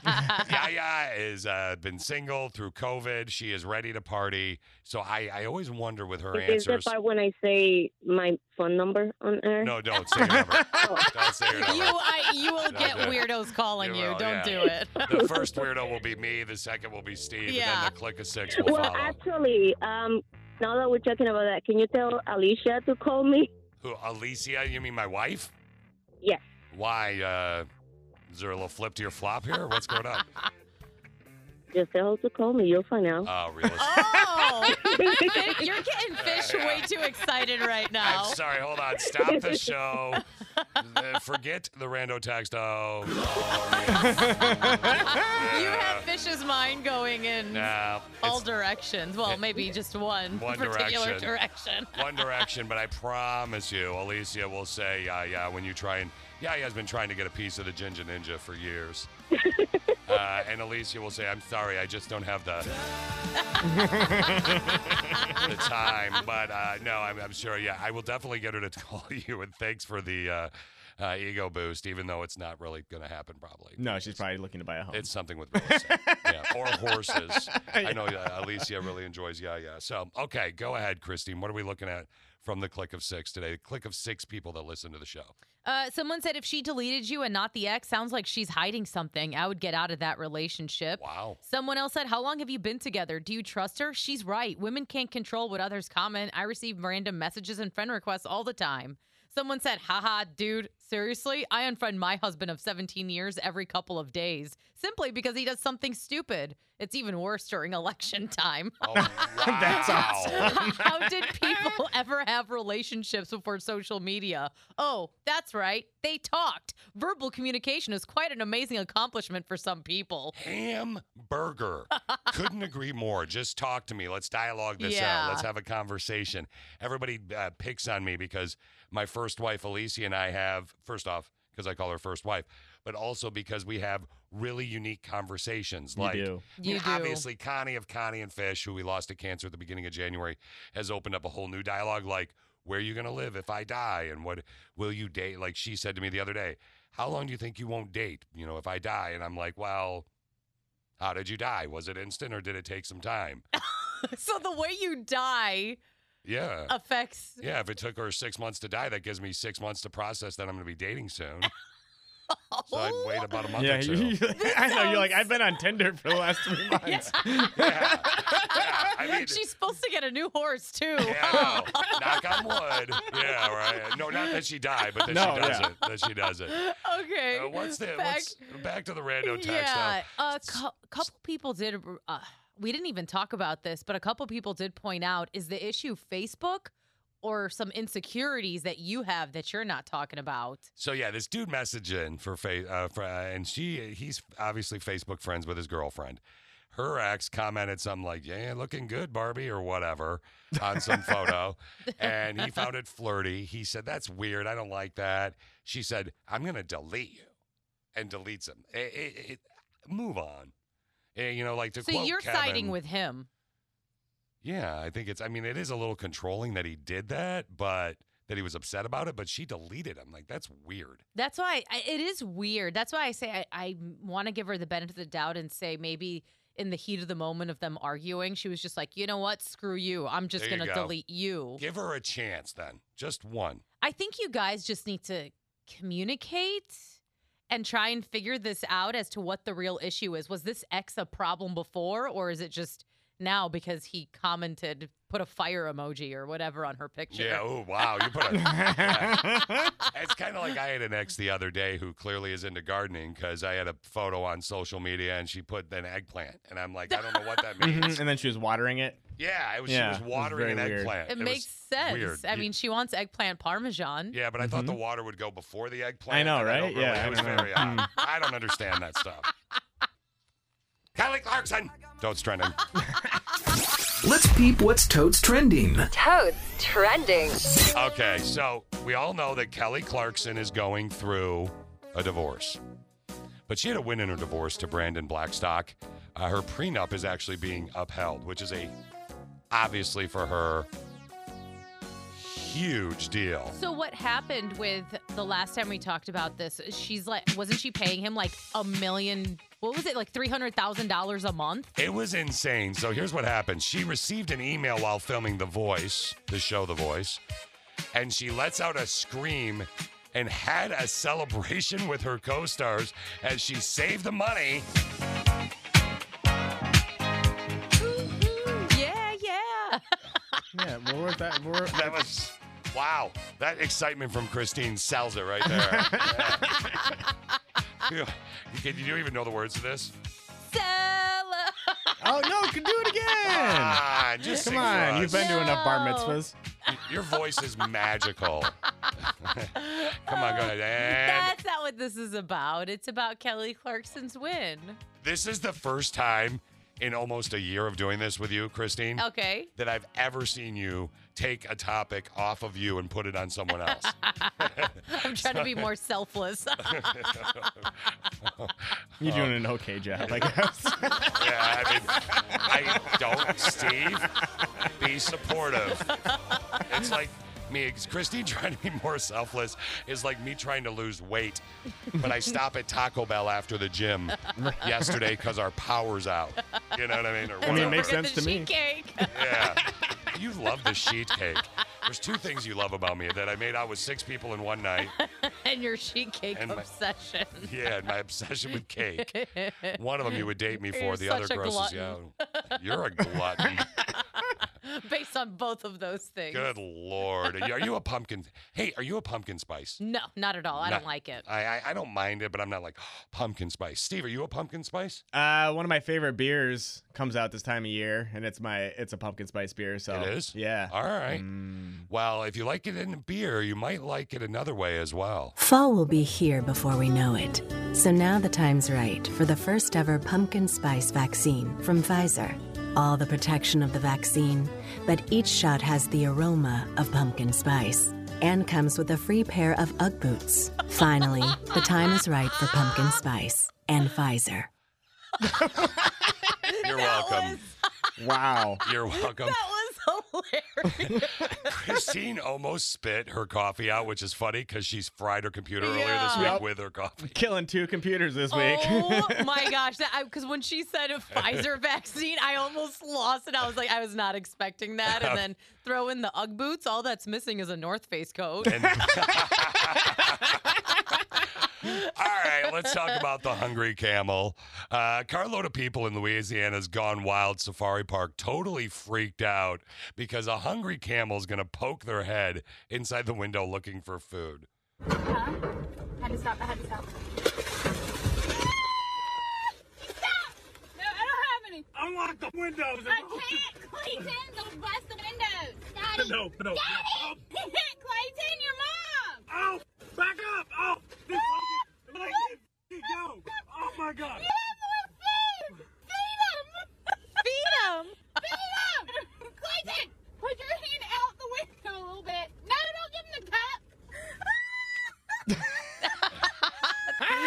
Speaker 7: [laughs] Yaya has uh, been single through COVID. She is ready to party. So I, I always wonder with her
Speaker 4: Is that
Speaker 7: answers.
Speaker 4: part when I say my phone number on air?
Speaker 7: No, don't say your number.
Speaker 4: [laughs] Oh.
Speaker 7: don't say your number.
Speaker 8: [laughs] You, I, you will
Speaker 7: No,
Speaker 8: get
Speaker 7: no.
Speaker 8: weirdos calling you.
Speaker 7: will,
Speaker 8: Don't
Speaker 7: yeah.
Speaker 8: do it.
Speaker 7: The
Speaker 8: [laughs]
Speaker 7: first weirdo will be me. The second will be Steve. And
Speaker 4: Yeah.
Speaker 7: then the click of six will
Speaker 4: Well,
Speaker 7: follow.
Speaker 4: actually, um, now that we're talking about that, can you tell Alicia to call me?
Speaker 7: Who? Alicia? You mean my wife?
Speaker 4: Yes.
Speaker 7: Why? Uh, is there a little flip to your flop here? What's
Speaker 4: [laughs]
Speaker 7: going on?
Speaker 4: Just tell her to call me. You'll find out.
Speaker 7: Oh, really?
Speaker 8: Oh, Vic, you're getting fish
Speaker 7: [laughs] Yeah, yeah.
Speaker 8: way too
Speaker 7: [laughs]
Speaker 8: excited right now.
Speaker 7: I'm sorry. Hold on. Stop the show. Uh, Forget the rando text. Oh,
Speaker 8: You had Fish's mind going in
Speaker 7: Nah,
Speaker 8: all
Speaker 7: it's-
Speaker 8: directions. Well, maybe just one,
Speaker 7: One
Speaker 8: particular
Speaker 7: direction. One Direction, but I promise you, Alicia will say, yeah, yeah, when you try and, yeah, yeah, has been trying to get a piece of the Ginger Ninja for years. uh, and Alicia will say, I'm sorry, I just don't have the, [laughs] the time. But uh, no, I'm, I'm sure, yeah, I will definitely get her to [laughs] call you. And thanks for the uh, uh, ego boost, even though it's not really going to happen, probably.
Speaker 1: No, she's probably looking to buy a home.
Speaker 7: It's something with real estate. yeah,
Speaker 1: [laughs]
Speaker 7: or horses. I know uh, Alicia really enjoys yeah, yeah. So, okay, go ahead, Christine. What are we looking at from the click of six today? The click of six people that listen to the show.
Speaker 8: Uh, someone said if she deleted you and not the ex, sounds like she's hiding something. I would get out of that relationship.
Speaker 1: [laughs]
Speaker 7: Wow.
Speaker 8: Someone else said, How long have you been together? Do you trust her? She's right. Women can't control what others comment. I receive random messages and friend requests all the time. Someone said, Haha, dude, seriously? I unfriend my husband of 17 years every couple of days simply because he does something stupid. It's even worse during election [laughs] time.
Speaker 7: Oh,
Speaker 8: [laughs]
Speaker 1: That's awesome.
Speaker 7: [laughs]
Speaker 8: How did people ever have relationships before social media? Oh, that's right. They talked. Verbal communication is quite an amazing accomplishment for some people.
Speaker 7: [laughs] Hamburger. Couldn't agree more. Just talk to me. Let's dialogue this
Speaker 8: Yeah.
Speaker 7: out. Let's have a conversation. Everybody uh, picks on me because my first wife, Alicia, and I have, first off, because I call her first wife, but also because we have really unique conversations.
Speaker 1: You
Speaker 7: like,
Speaker 1: do.
Speaker 7: I mean,
Speaker 1: You do.
Speaker 7: obviously, Connie of Connie and Fish, who we lost to cancer at the beginning of January, has opened up a whole new dialogue like, where are you going to live if I die? And what will you date? Like she said to me the other day, how long do you think you won't date, you know, if I die? And I'm like, well, how did you die? Was it instant or did it take some time?
Speaker 1: [laughs] Oh,
Speaker 8: so the way you die
Speaker 7: Yeah.
Speaker 8: affects.
Speaker 7: yeah, if it took her six months to die, that gives me six months to process that I'm going to be dating soon. So I'd
Speaker 1: [laughs]
Speaker 7: wait
Speaker 8: [laughs]
Speaker 7: about a month [laughs]
Speaker 1: yeah,
Speaker 7: or
Speaker 1: you-
Speaker 7: two.
Speaker 1: you- [laughs] I know. You're like, I've been on Tinder for the last
Speaker 7: [laughs]
Speaker 1: three months. [laughs]
Speaker 8: She's supposed to get a new horse too.
Speaker 7: Yeah, I know. knock on wood. Yeah, right. No, not that she died, but that
Speaker 1: No,
Speaker 7: she does
Speaker 1: yeah.
Speaker 7: it. That she does it.
Speaker 8: [laughs] okay.
Speaker 7: Uh, what's the
Speaker 8: Back-
Speaker 7: what's, back to the rando text?
Speaker 8: yeah,
Speaker 7: though.
Speaker 8: a cou- couple people did. Uh, we didn't even talk about this, but a couple people did point out is the issue Facebook or some insecurities that you have that you're not talking about.
Speaker 7: So yeah, this dude messaging for face, uh, for, uh, and she he's obviously Facebook friends with his girlfriend. Her ex commented something like, "Yeah, looking good, Barbie," or whatever, on some
Speaker 8: [laughs]
Speaker 7: photo, and he found it flirty. He said, "That's weird. I don't like that." She said, "I'm gonna delete you," and deletes him. Eh, eh, eh, move on. Eh, you know, like to
Speaker 8: So
Speaker 7: quote
Speaker 8: you're
Speaker 7: Kevin,
Speaker 8: siding with him.
Speaker 7: yeah, I think it's. I mean, it is a little controlling that he did that, but that he was upset about it. But she deleted him. Like that's weird.
Speaker 8: That's why I, it is weird. That's why I say I, I want to give her the benefit of the doubt and say maybe in the heat of the moment of them arguing, she was just like, you know what? Screw you. I'm just
Speaker 7: There
Speaker 8: going
Speaker 7: you
Speaker 8: to
Speaker 7: go.
Speaker 8: delete you.
Speaker 7: Give her a chance then. Just one.
Speaker 8: I think you guys just need to communicate and try and figure this out as to what the real issue is. Was this ex a problem before, or is it just now because he commented, put a fire emoji or whatever on her picture?
Speaker 7: Yeah. Oh wow. You put a.
Speaker 1: [laughs]
Speaker 7: Yeah. It's kind of like I had an ex the other day who clearly is into gardening because I had a photo on social media and she put an eggplant and I'm like I don't know what
Speaker 1: [laughs]
Speaker 7: that means.
Speaker 1: Mhm, and then she was watering it.
Speaker 7: Yeah, I was,
Speaker 1: Yeah,
Speaker 7: she
Speaker 1: it
Speaker 7: was
Speaker 1: was
Speaker 7: watering an
Speaker 1: very weird.
Speaker 7: eggplant.
Speaker 8: [laughs] It,
Speaker 7: was
Speaker 8: makes sense.
Speaker 7: weird.
Speaker 8: I
Speaker 7: You-
Speaker 8: mean, she wants eggplant parmesan.
Speaker 7: yeah, but I thought the water would go before the eggplant.
Speaker 1: Mm-hmm. I know,
Speaker 7: and
Speaker 1: right?
Speaker 7: don't
Speaker 1: Yeah,
Speaker 7: really-
Speaker 1: I
Speaker 7: it was
Speaker 1: don't know. Mm.
Speaker 7: very odd. I don't understand
Speaker 1: [laughs]
Speaker 7: that stuff. Kelly Clarkson. Totes trending.
Speaker 6: Let's peep what's totes trending.
Speaker 17: Toads trending.
Speaker 7: Okay, so we all know that Kelly Clarkson is going through a divorce. But she had a win in her divorce to Brandon Blackstock. Uh, her prenup is actually being upheld, which is a obviously for her huge deal.
Speaker 8: So what happened with the last time we talked about this? She's like, wasn't she paying him like a million? What was it like three hundred thousand dollars a month?
Speaker 7: It was insane. So here's what happened. She received an email while filming The Voice, the show The Voice, and she lets out a scream and had a celebration [laughs] with her co stars as she saved the money. Mm-hmm.
Speaker 8: Yeah, yeah. [laughs]
Speaker 1: Yeah, well, we're that.
Speaker 7: [laughs]
Speaker 1: We're,
Speaker 7: that was wow. That excitement from Christine sells it right
Speaker 1: [laughs]
Speaker 7: there. Yeah. Can you even know the words to this?
Speaker 1: Oh no! Can do it again.
Speaker 7: Ah, just
Speaker 1: Come
Speaker 7: sing for
Speaker 1: on,
Speaker 7: us.
Speaker 1: you've been to enough bar mitzvahs.
Speaker 7: Your voice is magical. [laughs] Come on, go ahead. And
Speaker 8: That's not what this is about. It's about Kelly Clarkson's win.
Speaker 7: this is the first time in almost a year of doing this with you, Christine.
Speaker 8: Okay.
Speaker 7: That I've ever seen you take a topic off of you and put it on someone else.
Speaker 8: I'm trying to
Speaker 1: [laughs]
Speaker 8: be more selfless. [laughs]
Speaker 1: You're doing an okay job,
Speaker 7: [laughs]
Speaker 1: I guess. [laughs]
Speaker 7: yeah, I mean, I don't, Steve. Be supportive. It's like me, Christine trying to be more selfless is like me trying to lose weight, but I stop at Taco Bell after the gym yesterday because our power's out. You know what I mean? Or
Speaker 1: I mean, it makes
Speaker 7: whatever.
Speaker 1: sense to me.
Speaker 7: Yeah. You love the sheet cake. There's two things you love about me that I made out with six people in one night.
Speaker 8: [laughs] and your sheet cake
Speaker 7: And my-
Speaker 1: [laughs]
Speaker 8: obsession.
Speaker 7: Yeah, and my obsession with cake. One of them you would date me for,
Speaker 8: You're
Speaker 7: the other
Speaker 8: such a
Speaker 7: grosses you out.
Speaker 8: glutton.
Speaker 7: You're a glutton.
Speaker 8: Based on both of those things.
Speaker 7: Good lord. Are you, are you a pumpkin? Hey, are you a pumpkin spice?
Speaker 8: No, not at all. I
Speaker 7: Not-
Speaker 8: don't like it.
Speaker 7: I, I I don't mind it, but I'm not like [gasps] pumpkin spice. Steve, are you a pumpkin spice?
Speaker 1: Uh, one of my favorite beers comes out this time of year, and it's my it's a pumpkin spice beer. So
Speaker 7: It is?
Speaker 1: Oh, Yeah.
Speaker 7: All right. Well, if you like it in beer, you might like it another way as
Speaker 8: [laughs]
Speaker 7: well.
Speaker 5: Fall will be here before we know it. So now the time's right for the first ever pumpkin spice vaccine from Pfizer. All the protection of the vaccine, but each shot has the aroma of pumpkin spice and comes with a free pair of Ugg boots. Finally, the time is right for pumpkin spice and Pfizer.
Speaker 7: You're welcome. [laughs]
Speaker 1: Wow.
Speaker 7: You're welcome.
Speaker 8: [laughs] That was hilarious.
Speaker 7: Christine almost spit her coffee out, which is funny because she's fried her computer earlier this
Speaker 8: Yeah.
Speaker 7: week
Speaker 1: Yep.
Speaker 7: with her coffee.
Speaker 1: Killing two computers this week. [laughs]
Speaker 8: Oh my gosh! That because when she said [laughs] a Pfizer vaccine, I almost lost it. I was like, I was not expecting
Speaker 1: [laughs]
Speaker 8: that. And then throw in the UGG boots. All that's missing is a North Face coat. [laughs]
Speaker 7: [laughs] All right, let's talk about the hungry camel. Uh, a carload of people in Louisiana's Gone Wild Safari Park totally freaked out because a hungry camel is going to poke their head inside the window looking for food.
Speaker 10: had to stop. I had to stop.
Speaker 11: No, I don't have any. Unlock the windows.
Speaker 10: I can't, Clayton. Don't bust the windows. Daddy.
Speaker 11: No, no, no.
Speaker 2: Oh
Speaker 10: Daddy. [laughs] Clayton, your mom.
Speaker 11: Oh, back up. Oh, this fucking blanket. Here you go. Oh my god.
Speaker 10: You have more food. Feed him.
Speaker 8: Feed him.
Speaker 10: Feed him. Clayton, put your hand out the window a little bit. No, don't give him the cup.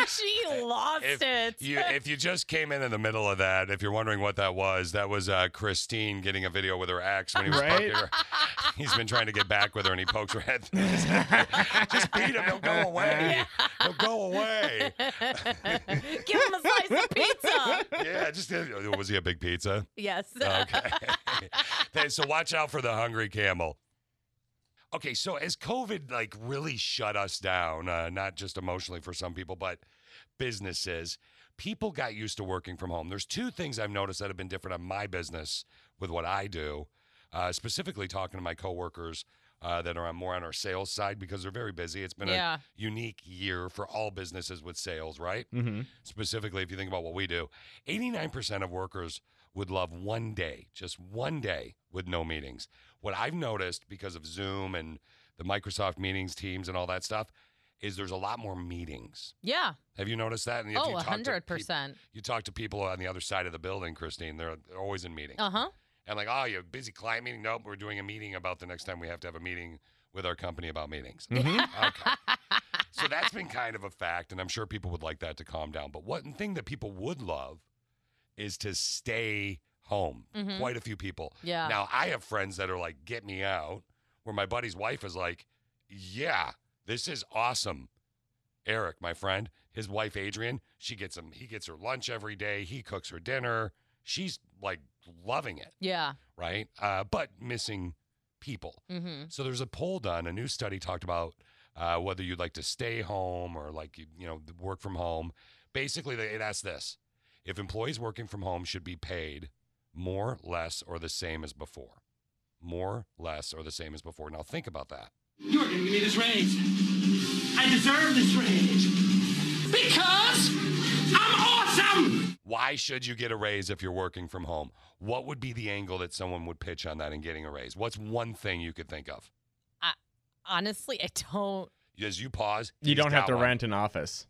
Speaker 8: [laughs] she lost it.
Speaker 7: You, if you just came in in the middle of that, if you're wondering what that was, that was uh, Christine getting a video with her ex when he was
Speaker 11: Right?
Speaker 7: poking her. He's been trying to get back with her, and he pokes her head. through his head. just beat him; he'll go away. He'll go away.
Speaker 8: Give him a slice of pizza.
Speaker 7: [laughs] Yeah, just uh, was he a big pizza?
Speaker 8: Yes. [laughs]
Speaker 7: Okay. [laughs] Okay, so watch out for the hungry camel. Okay, so as COVID like really shut us down, uh, not just emotionally for some people, but businesses, people got used to working from home. There's two things I've noticed that have been different on my business with what I do, uh, specifically talking to my coworkers uh, that are on more on our sales side because they're very busy. It's been
Speaker 11: Yeah.
Speaker 7: a unique year for all businesses with sales, right?
Speaker 11: Mm-hmm.
Speaker 7: specifically if you think about what we do 89% of workers would love one day just one day with no meetings what i've noticed because of zoom and the microsoft meetings teams and all that stuff is there's a lot more meetings
Speaker 8: Yeah.
Speaker 7: have you noticed that and if
Speaker 8: Oh,
Speaker 7: you talk to peop-
Speaker 8: 100%.
Speaker 7: you talk to people on the other side of the building christine they're, they're always in meetings
Speaker 8: Uh huh.
Speaker 7: and like oh you're busy client meeting nope we're doing a meeting about the next time we have to have a meeting with our company about meetings okay so that's been kind of a fact, and I'm sure people would like that to calm down. But one thing that people would love is to stay home.
Speaker 11: Mhm.
Speaker 7: Quite a few people.
Speaker 11: Yeah.
Speaker 7: Now I have friends that are like, "Get me out," where my buddy's wife is like, "Yeah, this is awesome." Eric, my friend, his wife Adrian, she gets him. He gets her lunch every day. He cooks her dinner. She's like loving it,
Speaker 8: Yeah.
Speaker 7: right? Uh, but missing people.
Speaker 8: Mm-hmm.
Speaker 7: So there's a poll done. A new study talked about uh, whether you'd like to stay home or like you, you know work from home. Basically, they, it asked this: if employees working from home should be paid more, less, or the same as before. More, less, or the same as before. Now think about that.
Speaker 2: You're gonna give me this raise. I deserve this raise. Because I'm awesome!
Speaker 7: Why should you get a raise if you're working from home? What would be the angle that someone would pitch on that in getting a raise? What's one thing you could think of?
Speaker 8: I, honestly, I don't.
Speaker 7: As you pause,
Speaker 1: You
Speaker 7: he's
Speaker 1: don't have
Speaker 7: got
Speaker 1: to
Speaker 7: one.
Speaker 1: rent an office.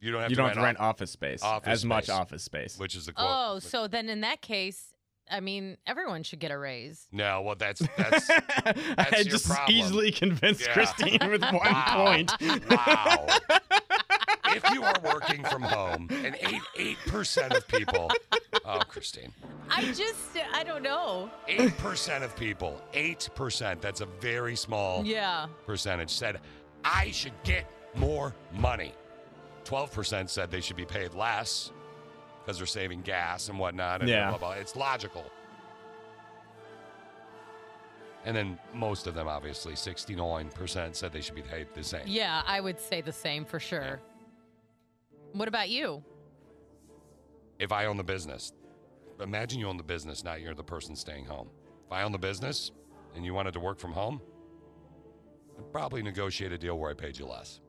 Speaker 7: You don't have
Speaker 1: you
Speaker 7: to
Speaker 1: don't
Speaker 7: rent
Speaker 1: have to rent
Speaker 7: off-
Speaker 1: office space.
Speaker 7: office
Speaker 1: as much
Speaker 7: space.
Speaker 1: office space.
Speaker 7: Which is the quote.
Speaker 8: Oh, so then in that case, I mean, everyone should get a raise.
Speaker 7: No, well, that's that's that's
Speaker 1: [laughs] I
Speaker 7: your
Speaker 1: just
Speaker 7: problem.
Speaker 1: easily convinced
Speaker 7: Yeah.
Speaker 1: Christine
Speaker 7: [laughs]
Speaker 1: with one
Speaker 7: Wow.
Speaker 1: point.
Speaker 7: Wow. if you are working from home, and eight eight percent of people, oh Christine,
Speaker 8: I just, I don't know.
Speaker 7: eight percent of people, eight percent. That's a very small
Speaker 8: Yeah.
Speaker 7: percentage. Said I should get more money. Twelve percent said they should be paid less because they're saving gas and whatnot. And
Speaker 1: Yeah.
Speaker 7: blah, blah, blah. It's logical. And then most of them, obviously, 69% said they should be paid the same.
Speaker 8: Yeah, I would say the same for sure. What about you?
Speaker 7: if I own the business, imagine you own the business, not you're the person staying home. If I own the business and you wanted to work from home, I'd probably negotiate a deal where I paid you less.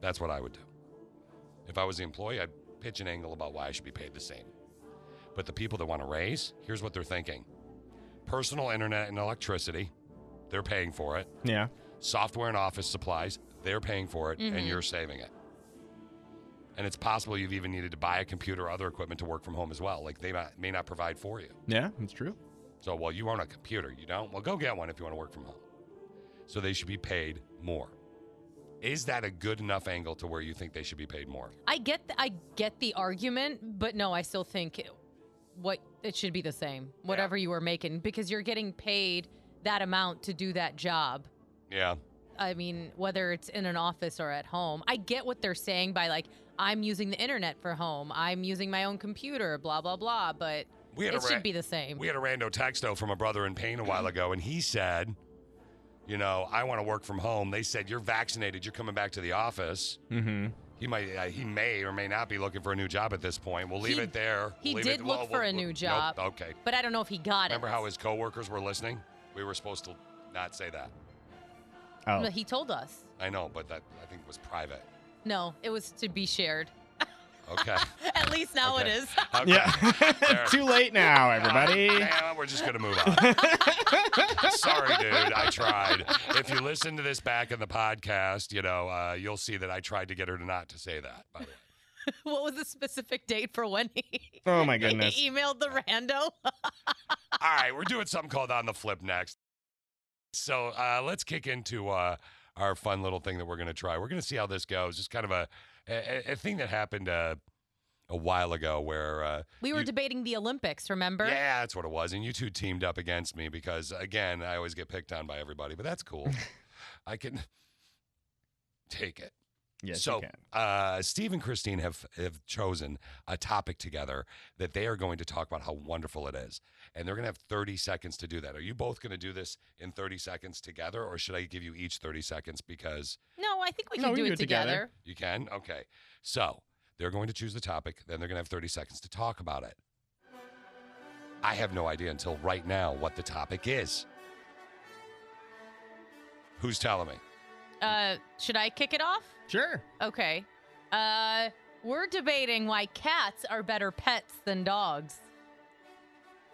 Speaker 7: That's what I would do. If I was the employee, I'd pitch an angle about why I should be paid the same. But the people that want to raise, here's what they're thinking personal internet and electricity, they're paying for it.
Speaker 1: Yeah.
Speaker 7: Software and office supplies, they're paying for it,
Speaker 1: Mhm.
Speaker 8: Mm-hmm.
Speaker 7: and you're saving it and it's possible you've even needed to buy a computer or other equipment to work from home as well. Like they might, may not provide for you.
Speaker 1: Yeah, that's true.
Speaker 7: So, well, you own a computer, you don't? Well, go get one if you want to work from home. So they should be paid more. Is that a good enough angle to where you think they should be paid more?
Speaker 8: I get, th- I get the argument, but no, I still think it- what it should be the same, whatever you are making, because you're getting paid that amount to do that job.
Speaker 7: Yeah.
Speaker 8: I mean, whether it's in an office or at home, I get what they're saying by like, I'm using the internet for home, I'm using my own computer, blah blah blah. But
Speaker 7: [laughs] We had
Speaker 8: it
Speaker 7: a ra-
Speaker 8: should be the same.
Speaker 7: We had a rando texto from a brother in pain a while ago, and he said, You know, I want to work from home. They said, You're vaccinated, you're coming back to the office.
Speaker 1: Mm-hmm.
Speaker 7: He might, uh, he may or may not be looking for a new job at this point. We'll leave
Speaker 8: He-
Speaker 7: it there.
Speaker 8: he
Speaker 7: Leave
Speaker 8: did
Speaker 7: it-
Speaker 8: look
Speaker 7: well,
Speaker 8: for
Speaker 7: we'll-
Speaker 8: a new
Speaker 7: nope,
Speaker 8: job,
Speaker 7: okay.
Speaker 8: but I don't know if he got
Speaker 7: Remember
Speaker 8: it.
Speaker 7: how his coworkers were listening? We were supposed to not say that.
Speaker 1: Oh.
Speaker 8: No,
Speaker 7: Oh.
Speaker 8: He told us.
Speaker 7: I know, but that I think was private.
Speaker 8: No, it was to be shared. [laughs]
Speaker 7: Okay.
Speaker 8: At least now
Speaker 7: Okay.
Speaker 8: it is. [laughs]
Speaker 7: Okay.
Speaker 1: Yeah. [laughs] Too late now,
Speaker 7: [laughs]
Speaker 1: everybody.
Speaker 7: Yeah, we're just gonna move on. Sorry, dude. I tried. If you listen to this back in the podcast, you know, uh, you'll see that I tried to get her to not to say that. By the way.
Speaker 8: what was the specific date for when
Speaker 7: [laughs]
Speaker 8: he
Speaker 1: Oh my
Speaker 8: [laughs] he emailed the [laughs] rando?
Speaker 7: All right, we're doing something called on the flip next. So uh, let's kick into uh, our fun little thing that we're going to try. We're going to see how this goes. Just kind of a a, a- a thing that happened uh, a while ago where uh,
Speaker 8: We were debating the Olympics, remember?
Speaker 7: yeah, that's what it was. And you two teamed up against me because, again, I always get picked on by everybody, but that's cool. I can take it.
Speaker 9: Yes, you
Speaker 7: so
Speaker 9: can.
Speaker 7: Uh, Steve and Christine have have chosen a topic together that they are going to talk about how wonderful it is, and they're going to have thirty seconds to do that. Are you both going to do this in thirty seconds together, or should I give you each thirty seconds because
Speaker 8: No, I think we can do it together.
Speaker 7: you can? Okay. So they're going to choose the topic, then they're going to have 30 seconds to talk about it. I have no idea until right now what the topic is. Who's telling me?
Speaker 8: Uh, should I kick it off?
Speaker 1: Sure.
Speaker 8: Okay. Uh, we're debating why cats are better pets than dogs.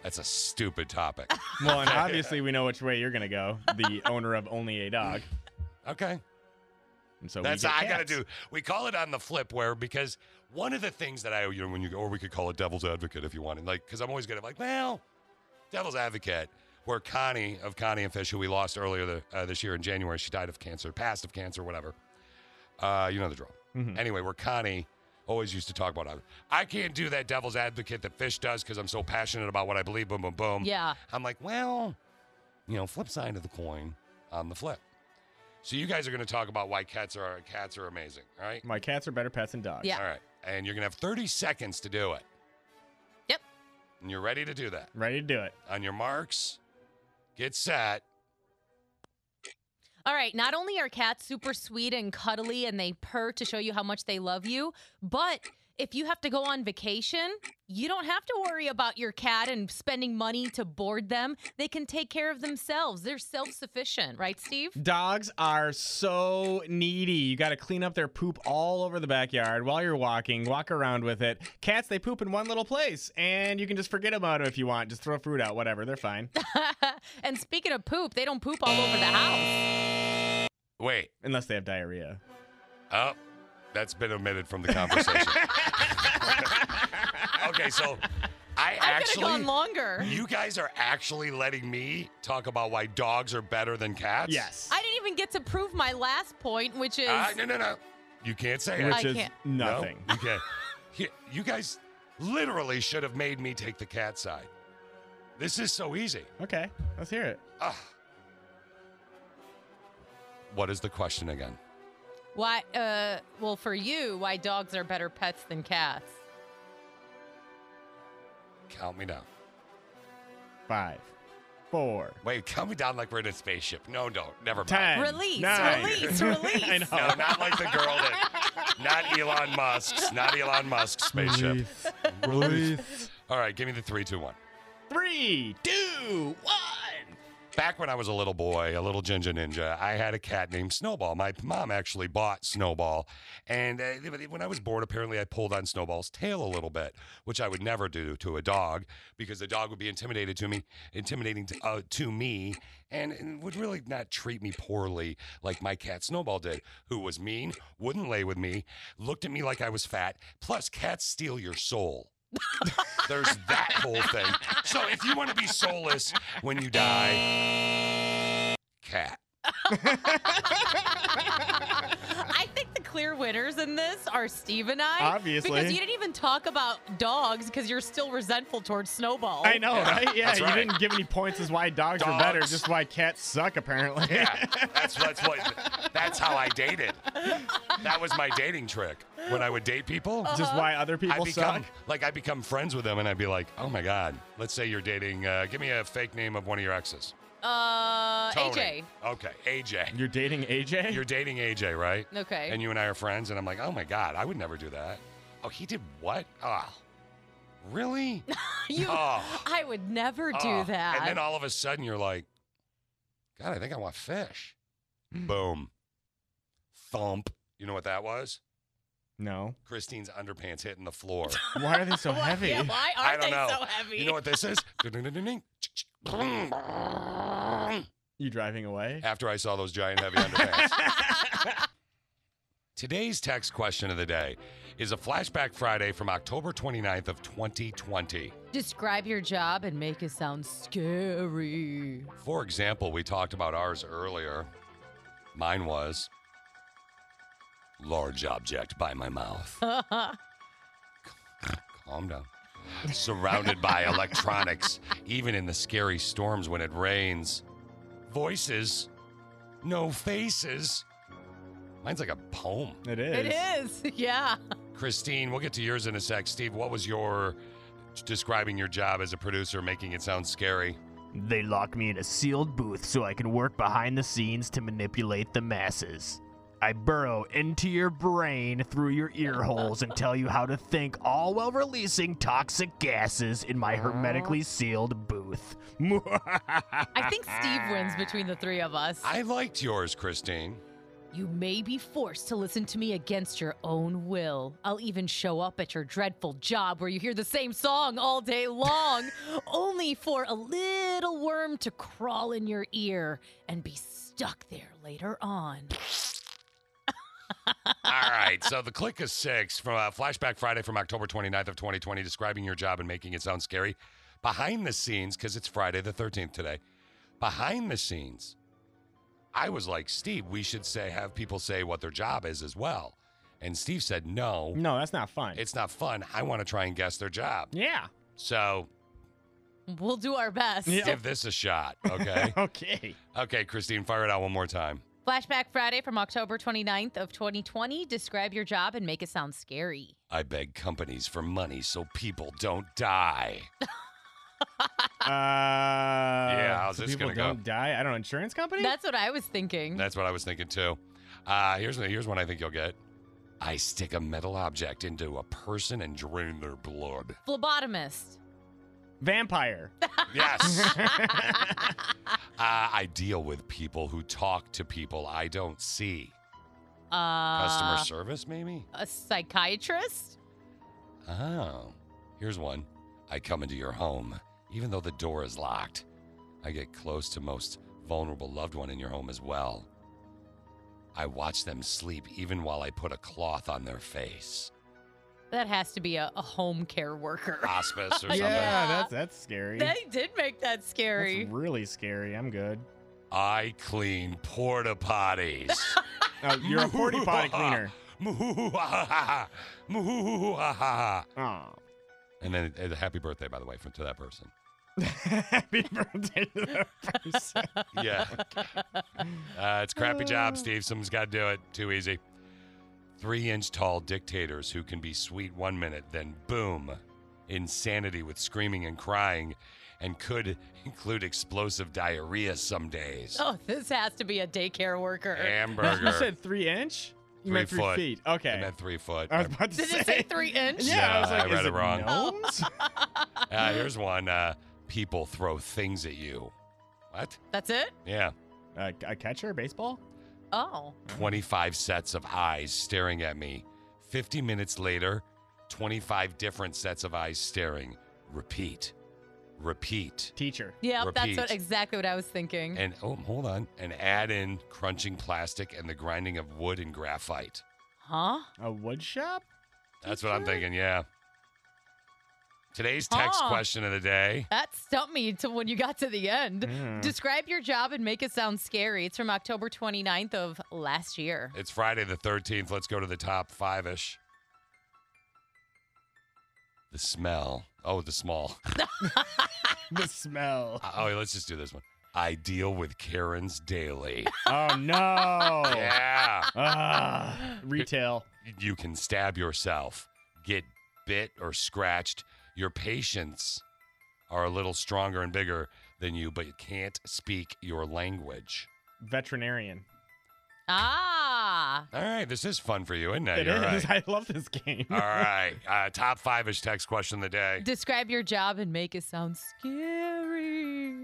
Speaker 7: That's a stupid topic.
Speaker 1: Well,
Speaker 7: [laughs]
Speaker 1: and obviously we know which way you're gonna go. The owner of only a dog.
Speaker 7: Okay.
Speaker 1: And so
Speaker 7: That's
Speaker 1: we get
Speaker 7: I gotta
Speaker 1: cats.
Speaker 7: do. We call it on the flip where because one of the things that I you know when you or we could call it devil's advocate if you wanted like because I'm always gonna like well devil's advocate where Connie of Connie and Fish who we lost earlier the, uh, this year in January she died of cancer passed of cancer whatever uh, you know the drill
Speaker 1: Mm-hmm.
Speaker 7: anyway where Connie always used to talk about I- I can't do that devil's advocate that Fish does because I'm so passionate about what I believe boom boom boom
Speaker 8: Yeah.
Speaker 7: I'm like well you know flip side of the coin on the flip. So you guys are going to talk about why cats are cats are amazing, all right?
Speaker 1: My cats are better pets than dogs.
Speaker 8: Yeah.
Speaker 7: All right. And you're going to have 30 seconds to do it.
Speaker 8: Yep.
Speaker 7: And you're ready to do that.
Speaker 1: Ready to do it.
Speaker 7: On your marks, get set.
Speaker 8: All right, not only are cats super sweet and cuddly and they purr to show you how much they love you, but if you have to go on vacation, you don't have to worry about your cat and spending money to board them. They can take care of themselves. They're self sufficient, right, Steve? [laughs]
Speaker 1: Dogs are so needy. You got to clean up their poop all over the backyard while you're walking, walk around with it. Cats, they poop in one little place, and you can just forget about it if you want. Just throw fruit out, whatever. They're
Speaker 8: [laughs]
Speaker 1: fine.
Speaker 8: And speaking of poop, they don't poop all over the house.
Speaker 7: Wait.
Speaker 1: Unless they have diarrhea.
Speaker 7: Oh, that's been omitted
Speaker 8: [laughs]
Speaker 7: from the conversation. okay, so I
Speaker 8: I could have
Speaker 7: actually
Speaker 8: gone longer.
Speaker 7: You guys are actually letting me talk about why dogs are better than cats? Yes.
Speaker 8: I didn't even get to prove my last point, which is
Speaker 7: Uh, no, no, no. You can't say it.
Speaker 8: Which I is can't.
Speaker 7: No,
Speaker 1: [laughs] nothing.
Speaker 7: you can't. You- You guys literally should have made me take the cat side. This is so easy.
Speaker 1: Okay, let's hear it.
Speaker 7: What is the question again?
Speaker 8: why. Uh, well, for you, why dogs are better pets than cats.
Speaker 7: Count me down.
Speaker 1: Five, four.
Speaker 7: Wait, count me down like we're in a spaceship. No, don't. Never mind.
Speaker 1: Ten,
Speaker 8: Release,
Speaker 1: nine.
Speaker 8: release, release.
Speaker 1: [laughs] I know.
Speaker 7: No, not like the girl that. Not Elon Musk's. Not Elon Musk's spaceship.
Speaker 8: [laughs]
Speaker 7: All right, give me the three, two, one.
Speaker 1: Three, two, one.
Speaker 7: Back when I was a little boy, a little ginger ninja, I had a cat named Snowball. My mom actually bought Snowball. And uh, when I was bored, apparently I pulled on Snowball's tail a little bit, which I would never do to a dog because the dog would be intimidated to me, intimidating to, uh, to me, and, and would really not treat me poorly like my cat Snowball did, who was mean, wouldn't lay with me, looked at me like I was fat. Plus, cats steal your soul. [laughs] There's that whole thing. So if you want to be soulless when you die, cat.
Speaker 8: I think the clear winners in this are Steve and I.
Speaker 1: Obviously.
Speaker 8: Because you didn't even talk about dogs because you're still resentful towards Snowball.
Speaker 1: I know, right? Yeah,
Speaker 7: that's
Speaker 1: you
Speaker 7: right.
Speaker 1: didn't give any points as why dogs, are better,
Speaker 7: Dogs.
Speaker 1: just why cats suck, apparently.
Speaker 7: Yeah, that's that's what that's how I dated. That was my dating trick when I would date people.
Speaker 1: [laughs] Just Uh-huh. why other people
Speaker 7: I become,
Speaker 1: suck.
Speaker 7: Like I become friends with them, and I'd be like, "Oh my god!" Let's say you're dating. Uh, give me a fake name of one of your exes.
Speaker 8: Uh,
Speaker 7: Tony. Okay, AJ.
Speaker 1: You're dating AJ.
Speaker 7: [laughs] You're dating AJ, right?
Speaker 8: Okay.
Speaker 7: And you and I are friends, and I'm like, "Oh my god, I would never do that." Oh, he did what? Oh, really?
Speaker 8: AJ. [laughs] [laughs] You,
Speaker 7: Oh.
Speaker 8: I would never do
Speaker 7: Oh,
Speaker 8: that.
Speaker 7: And then all of a sudden you're like, God, I think I want fish. Boom. Thump. You know what that was?
Speaker 1: No.
Speaker 7: Christine's underpants hitting the
Speaker 8: [laughs]
Speaker 7: floor.
Speaker 1: Why are they so heavy?
Speaker 8: yeah, why are
Speaker 7: I don't
Speaker 8: they
Speaker 7: know.
Speaker 8: so heavy?
Speaker 7: You know what this
Speaker 8: [laughs]
Speaker 7: is? Dun-dun-dun-dun-dun.
Speaker 1: You driving away?
Speaker 7: After I saw those giant heavy underpants.
Speaker 8: [laughs]
Speaker 7: Today's text question of the day is a flashback Friday from October 29th of 2020.
Speaker 8: Describe your job and make it sound scary.
Speaker 7: For example, we talked about ours earlier. Mine was large object by my mouth. Calm down. Surrounded by electronics, even in the scary storms when it rains. Voices, no faces. Mine's like a poem. It
Speaker 8: It is. [laughs] Yeah.
Speaker 7: Christine, we'll get to yours in a sec. Steve, what was your describing your job as a producer, making it sound scary?
Speaker 9: They lock me in a sealed booth so I can work behind the scenes to manipulate the masses. I burrow into your brain through your ear holes and tell you how to think, all while releasing toxic gases in my hermetically sealed booth.
Speaker 8: I think Steve wins between the three of us.
Speaker 7: I liked yours, Christine.
Speaker 8: You may be forced to listen to me against your own will. I'll even show up at your dreadful job where you hear the same song all day long, only for a little worm to crawl in your ear and be stuck there later on.
Speaker 7: All right. So the click is six from uh, Flashback Friday from October 29th of 2020, describing your job and making it sound scary. Behind the scenes, because it's Friday the 13th today. Behind the scenes, I was like, Steve, we should say have people say what their job is as well. And Steve said, no.
Speaker 1: No, that's not fun.
Speaker 7: It's not fun. I want to try and guess their job.
Speaker 1: Yeah. [laughs]
Speaker 7: So
Speaker 8: We'll do our best.
Speaker 7: give this a shot,
Speaker 1: [laughs]
Speaker 7: okay?
Speaker 1: okay.
Speaker 7: Okay, Christine, fire it out one more time.
Speaker 8: Flashback Friday from October 29th of 2020. Describe your job and make it sound scary.
Speaker 7: I beg companies for money so people don't die.
Speaker 1: [laughs] yeah,
Speaker 7: how's this
Speaker 1: people
Speaker 7: gonna go?
Speaker 1: Don't die. I don't know. Insurance company?
Speaker 8: That's what I was thinking.
Speaker 7: That's what I was thinking too. Uh, here's here's one I think you'll get. I stick a metal object into a person and drain their blood.
Speaker 8: Phlebotomist. [laughs]
Speaker 1: Vampire.
Speaker 7: Yes. uh, I deal with people who talk to people I don't see.
Speaker 8: Uh,
Speaker 7: Customer service, maybe.
Speaker 8: A psychiatrist?
Speaker 7: Oh, here's one. I come into your home, even though the door is locked. I get close to most vulnerable loved one in your home as well. I watch them sleep even while I put a cloth on their face.
Speaker 8: That has to be a, a home care worker.
Speaker 7: Hospice
Speaker 1: [laughs]
Speaker 7: or something.
Speaker 1: Yeah, that's that's scary.
Speaker 8: They did make that scary.
Speaker 1: That's really scary. I'm good.
Speaker 7: I clean porta potties.
Speaker 1: Oh, [laughs] you're a porta
Speaker 7: [laughs]
Speaker 1: potty cleaner. [laughs]
Speaker 7: oh. And then uh, happy birthday, by the way, for, to that person.
Speaker 1: Happy birthday to that person.
Speaker 7: Yeah. [laughs] Uh, it's crappy job, Steve. Someone's got to do it. Too easy. Three inch tall dictators who can be sweet one minute, then boom, insanity with screaming and crying, and could [laughs] include explosive diarrhea some days.
Speaker 8: [laughs] Oh, this has to be a daycare worker.
Speaker 7: Hamburger.
Speaker 1: You said three inch? You meant three
Speaker 7: foot.
Speaker 1: feet. Okay.
Speaker 7: I meant three foot. Uh,
Speaker 1: I was about to
Speaker 8: Did
Speaker 1: say.
Speaker 8: it say three inch?
Speaker 1: Yeah, I was
Speaker 7: No,
Speaker 1: like,
Speaker 7: I
Speaker 1: is
Speaker 7: read it
Speaker 1: it
Speaker 7: wrong.
Speaker 8: [laughs]
Speaker 1: gnomes?
Speaker 7: Uh, here's one. Uh, people throw things at you. What?
Speaker 8: That's it?
Speaker 7: Yeah.
Speaker 1: Uh, a catcher, baseball?
Speaker 8: Oh.
Speaker 7: 25 sets of eyes staring at me. 50 minutes later, 25 different sets of eyes staring. Repeat. Repeat.
Speaker 1: Teacher.
Speaker 8: Yeah, that's
Speaker 7: Repeat.
Speaker 8: what exactly what I was thinking.
Speaker 7: And oh, hold on. And add in crunching plastic and the grinding of wood and graphite.
Speaker 8: huh?
Speaker 1: A wood shop?
Speaker 7: That's what I'm thinking, yeah. Today's text
Speaker 8: Huh.
Speaker 7: question of the day.
Speaker 8: That stumped me to when you got to the end.
Speaker 7: Mm.
Speaker 8: Describe your job and make it sound scary. It's from October 29th of last year.
Speaker 7: It's Friday the 13th. Let's go to the top five ish. The smell. Oh, the small. [laughs]
Speaker 1: the
Speaker 8: [laughs]
Speaker 1: smell.
Speaker 7: Uh, oh, let's just do this one. I deal with Karen's
Speaker 1: [laughs]
Speaker 7: daily.
Speaker 1: Oh, no.
Speaker 7: yeah.
Speaker 1: Ah, retail.
Speaker 7: You can stab yourself, get bit or scratched. Your patients are a little stronger and bigger than you, but you can't speak your language.
Speaker 1: Veterinarian.
Speaker 8: Ah.
Speaker 7: All right, this is fun for you, isn't it?
Speaker 1: It
Speaker 7: You're
Speaker 1: is.
Speaker 7: right.
Speaker 1: [laughs] I love this game.
Speaker 7: All right. Uh, top five ish text question of
Speaker 1: [laughs]
Speaker 7: the day.
Speaker 8: Describe your job and make it sound scary.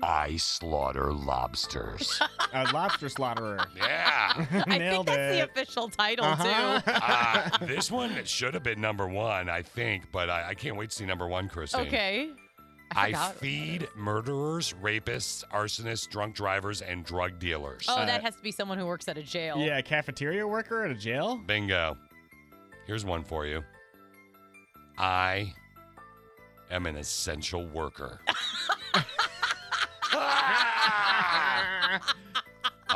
Speaker 7: I slaughter lobsters.
Speaker 1: A lobster [laughs] slaughterer.
Speaker 7: Yeah.
Speaker 8: [laughs] I think
Speaker 1: Nailed
Speaker 8: that's the
Speaker 1: it. Uh-huh.
Speaker 8: official title, too.
Speaker 7: [laughs] uh,
Speaker 8: [laughs]
Speaker 7: this one should have been number one, I think, but I, I can't wait to see number one, Christine.
Speaker 8: Okay.
Speaker 7: I,
Speaker 8: forgot.
Speaker 7: feed murderers, rapists, arsonists, drunk drivers, and drug dealers.
Speaker 8: Oh, that has to be someone who works at a jail.
Speaker 1: Yeah, a cafeteria worker at a jail?
Speaker 7: [laughs] Bingo. Here's one for you. I am an essential
Speaker 8: [laughs]
Speaker 1: Uh,
Speaker 7: worker.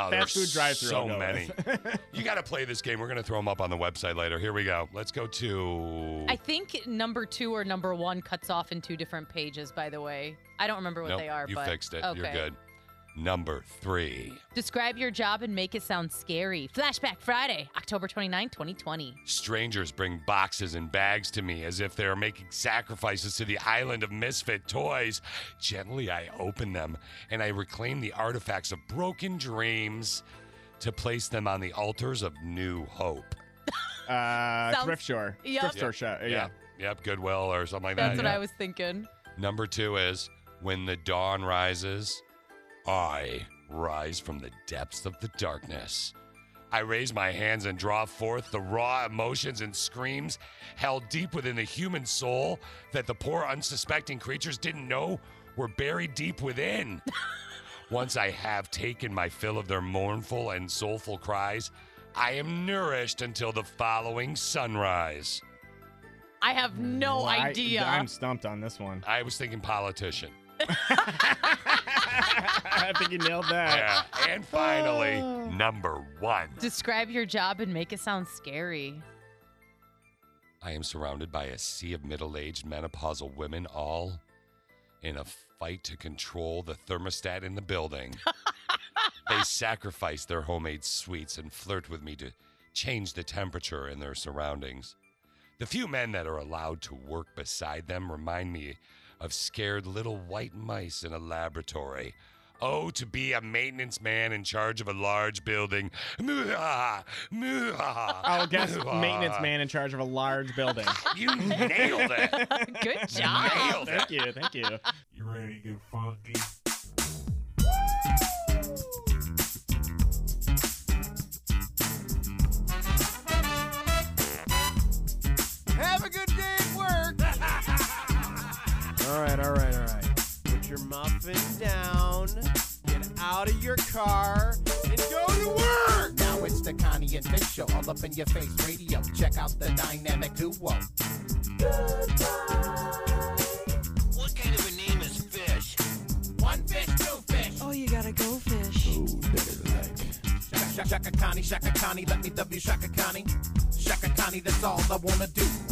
Speaker 7: Oh,
Speaker 1: Fast
Speaker 7: there's
Speaker 1: food drive-thru,
Speaker 7: So
Speaker 1: I know.
Speaker 7: many.
Speaker 1: [laughs]
Speaker 7: you got to play this game. We're going to throw them up on the website later. Here we go. Let's go to.
Speaker 8: I think number two or number one cuts off in two different pages, by the way. I don't remember what
Speaker 7: Nope,
Speaker 8: they are,
Speaker 7: You
Speaker 8: but.
Speaker 7: fixed it. You're
Speaker 8: Okay.
Speaker 7: good. Number three.
Speaker 8: Describe your job and make it sound scary. Flashback Friday, October 29, 2020.
Speaker 7: Strangers bring boxes and bags to me as if they are making sacrifices to the island of misfit toys. Gently, I open them and I reclaim the artifacts of broken dreams to place them on the altars of new hope.
Speaker 1: Uh,
Speaker 8: Sounds-
Speaker 1: thrift store.
Speaker 8: Yep.
Speaker 1: Thrift store shop. Yeah.
Speaker 7: Yep. Yep. Goodwill or something like
Speaker 8: That's
Speaker 7: that.
Speaker 8: what
Speaker 7: yeah.
Speaker 8: I was thinking.
Speaker 7: Number two is when the dawn rises, I rise from the depths of the darkness. I raise my hands and draw forth the raw emotions and screams held deep within the human soul that the poor unsuspecting creatures didn't know were buried deep within. Once I have taken my fill of their mournful and soulful cries, I am nourished until the following sunrise.
Speaker 8: I have no
Speaker 1: Well, I-
Speaker 8: idea.
Speaker 1: I'm stumped on this
Speaker 7: [laughs]
Speaker 1: one. [laughs]
Speaker 7: I was thinking politician.
Speaker 1: I think you nailed
Speaker 7: Yeah.
Speaker 1: that.
Speaker 7: And finally, number one.
Speaker 8: Describe your job and make it sound scary.
Speaker 7: I am surrounded by a sea of middle aged menopausal women, all in a fight to control the thermostat in
Speaker 1: [laughs]
Speaker 7: the building. they sacrifice their homemade sweets and flirt with me to change the temperature in their surroundings. The few men that are allowed to work beside them remind me of scared little white mice in a laboratory. Oh, to be a maintenance man in charge of a large building. [laughs] Moo-ha, moo-ha,
Speaker 1: I'll
Speaker 7: [laughs]
Speaker 1: guess
Speaker 7: moo-ha.
Speaker 1: maintenance man in charge of a large building.
Speaker 7: You nailed it.
Speaker 8: Good job.
Speaker 7: Nailed it.
Speaker 1: Thank you. Thank you.
Speaker 11: You ready to get funky?
Speaker 13: Have a good day at work.
Speaker 12: [laughs] All right, all right, all right.
Speaker 13: Put your muffin down, get out of your car, and go to work.
Speaker 15: Now it's the Connie and Fish show, all up in your face radio. Check out the dynamic duo.
Speaker 13: What kind of a name is fish? One fish, two fish. Oh, you gotta go fish.
Speaker 15: Shaka, shaka, shaka Connie, Shaka Connie, let me W Shaka Connie. Shaka Connie, that's all I wanna do.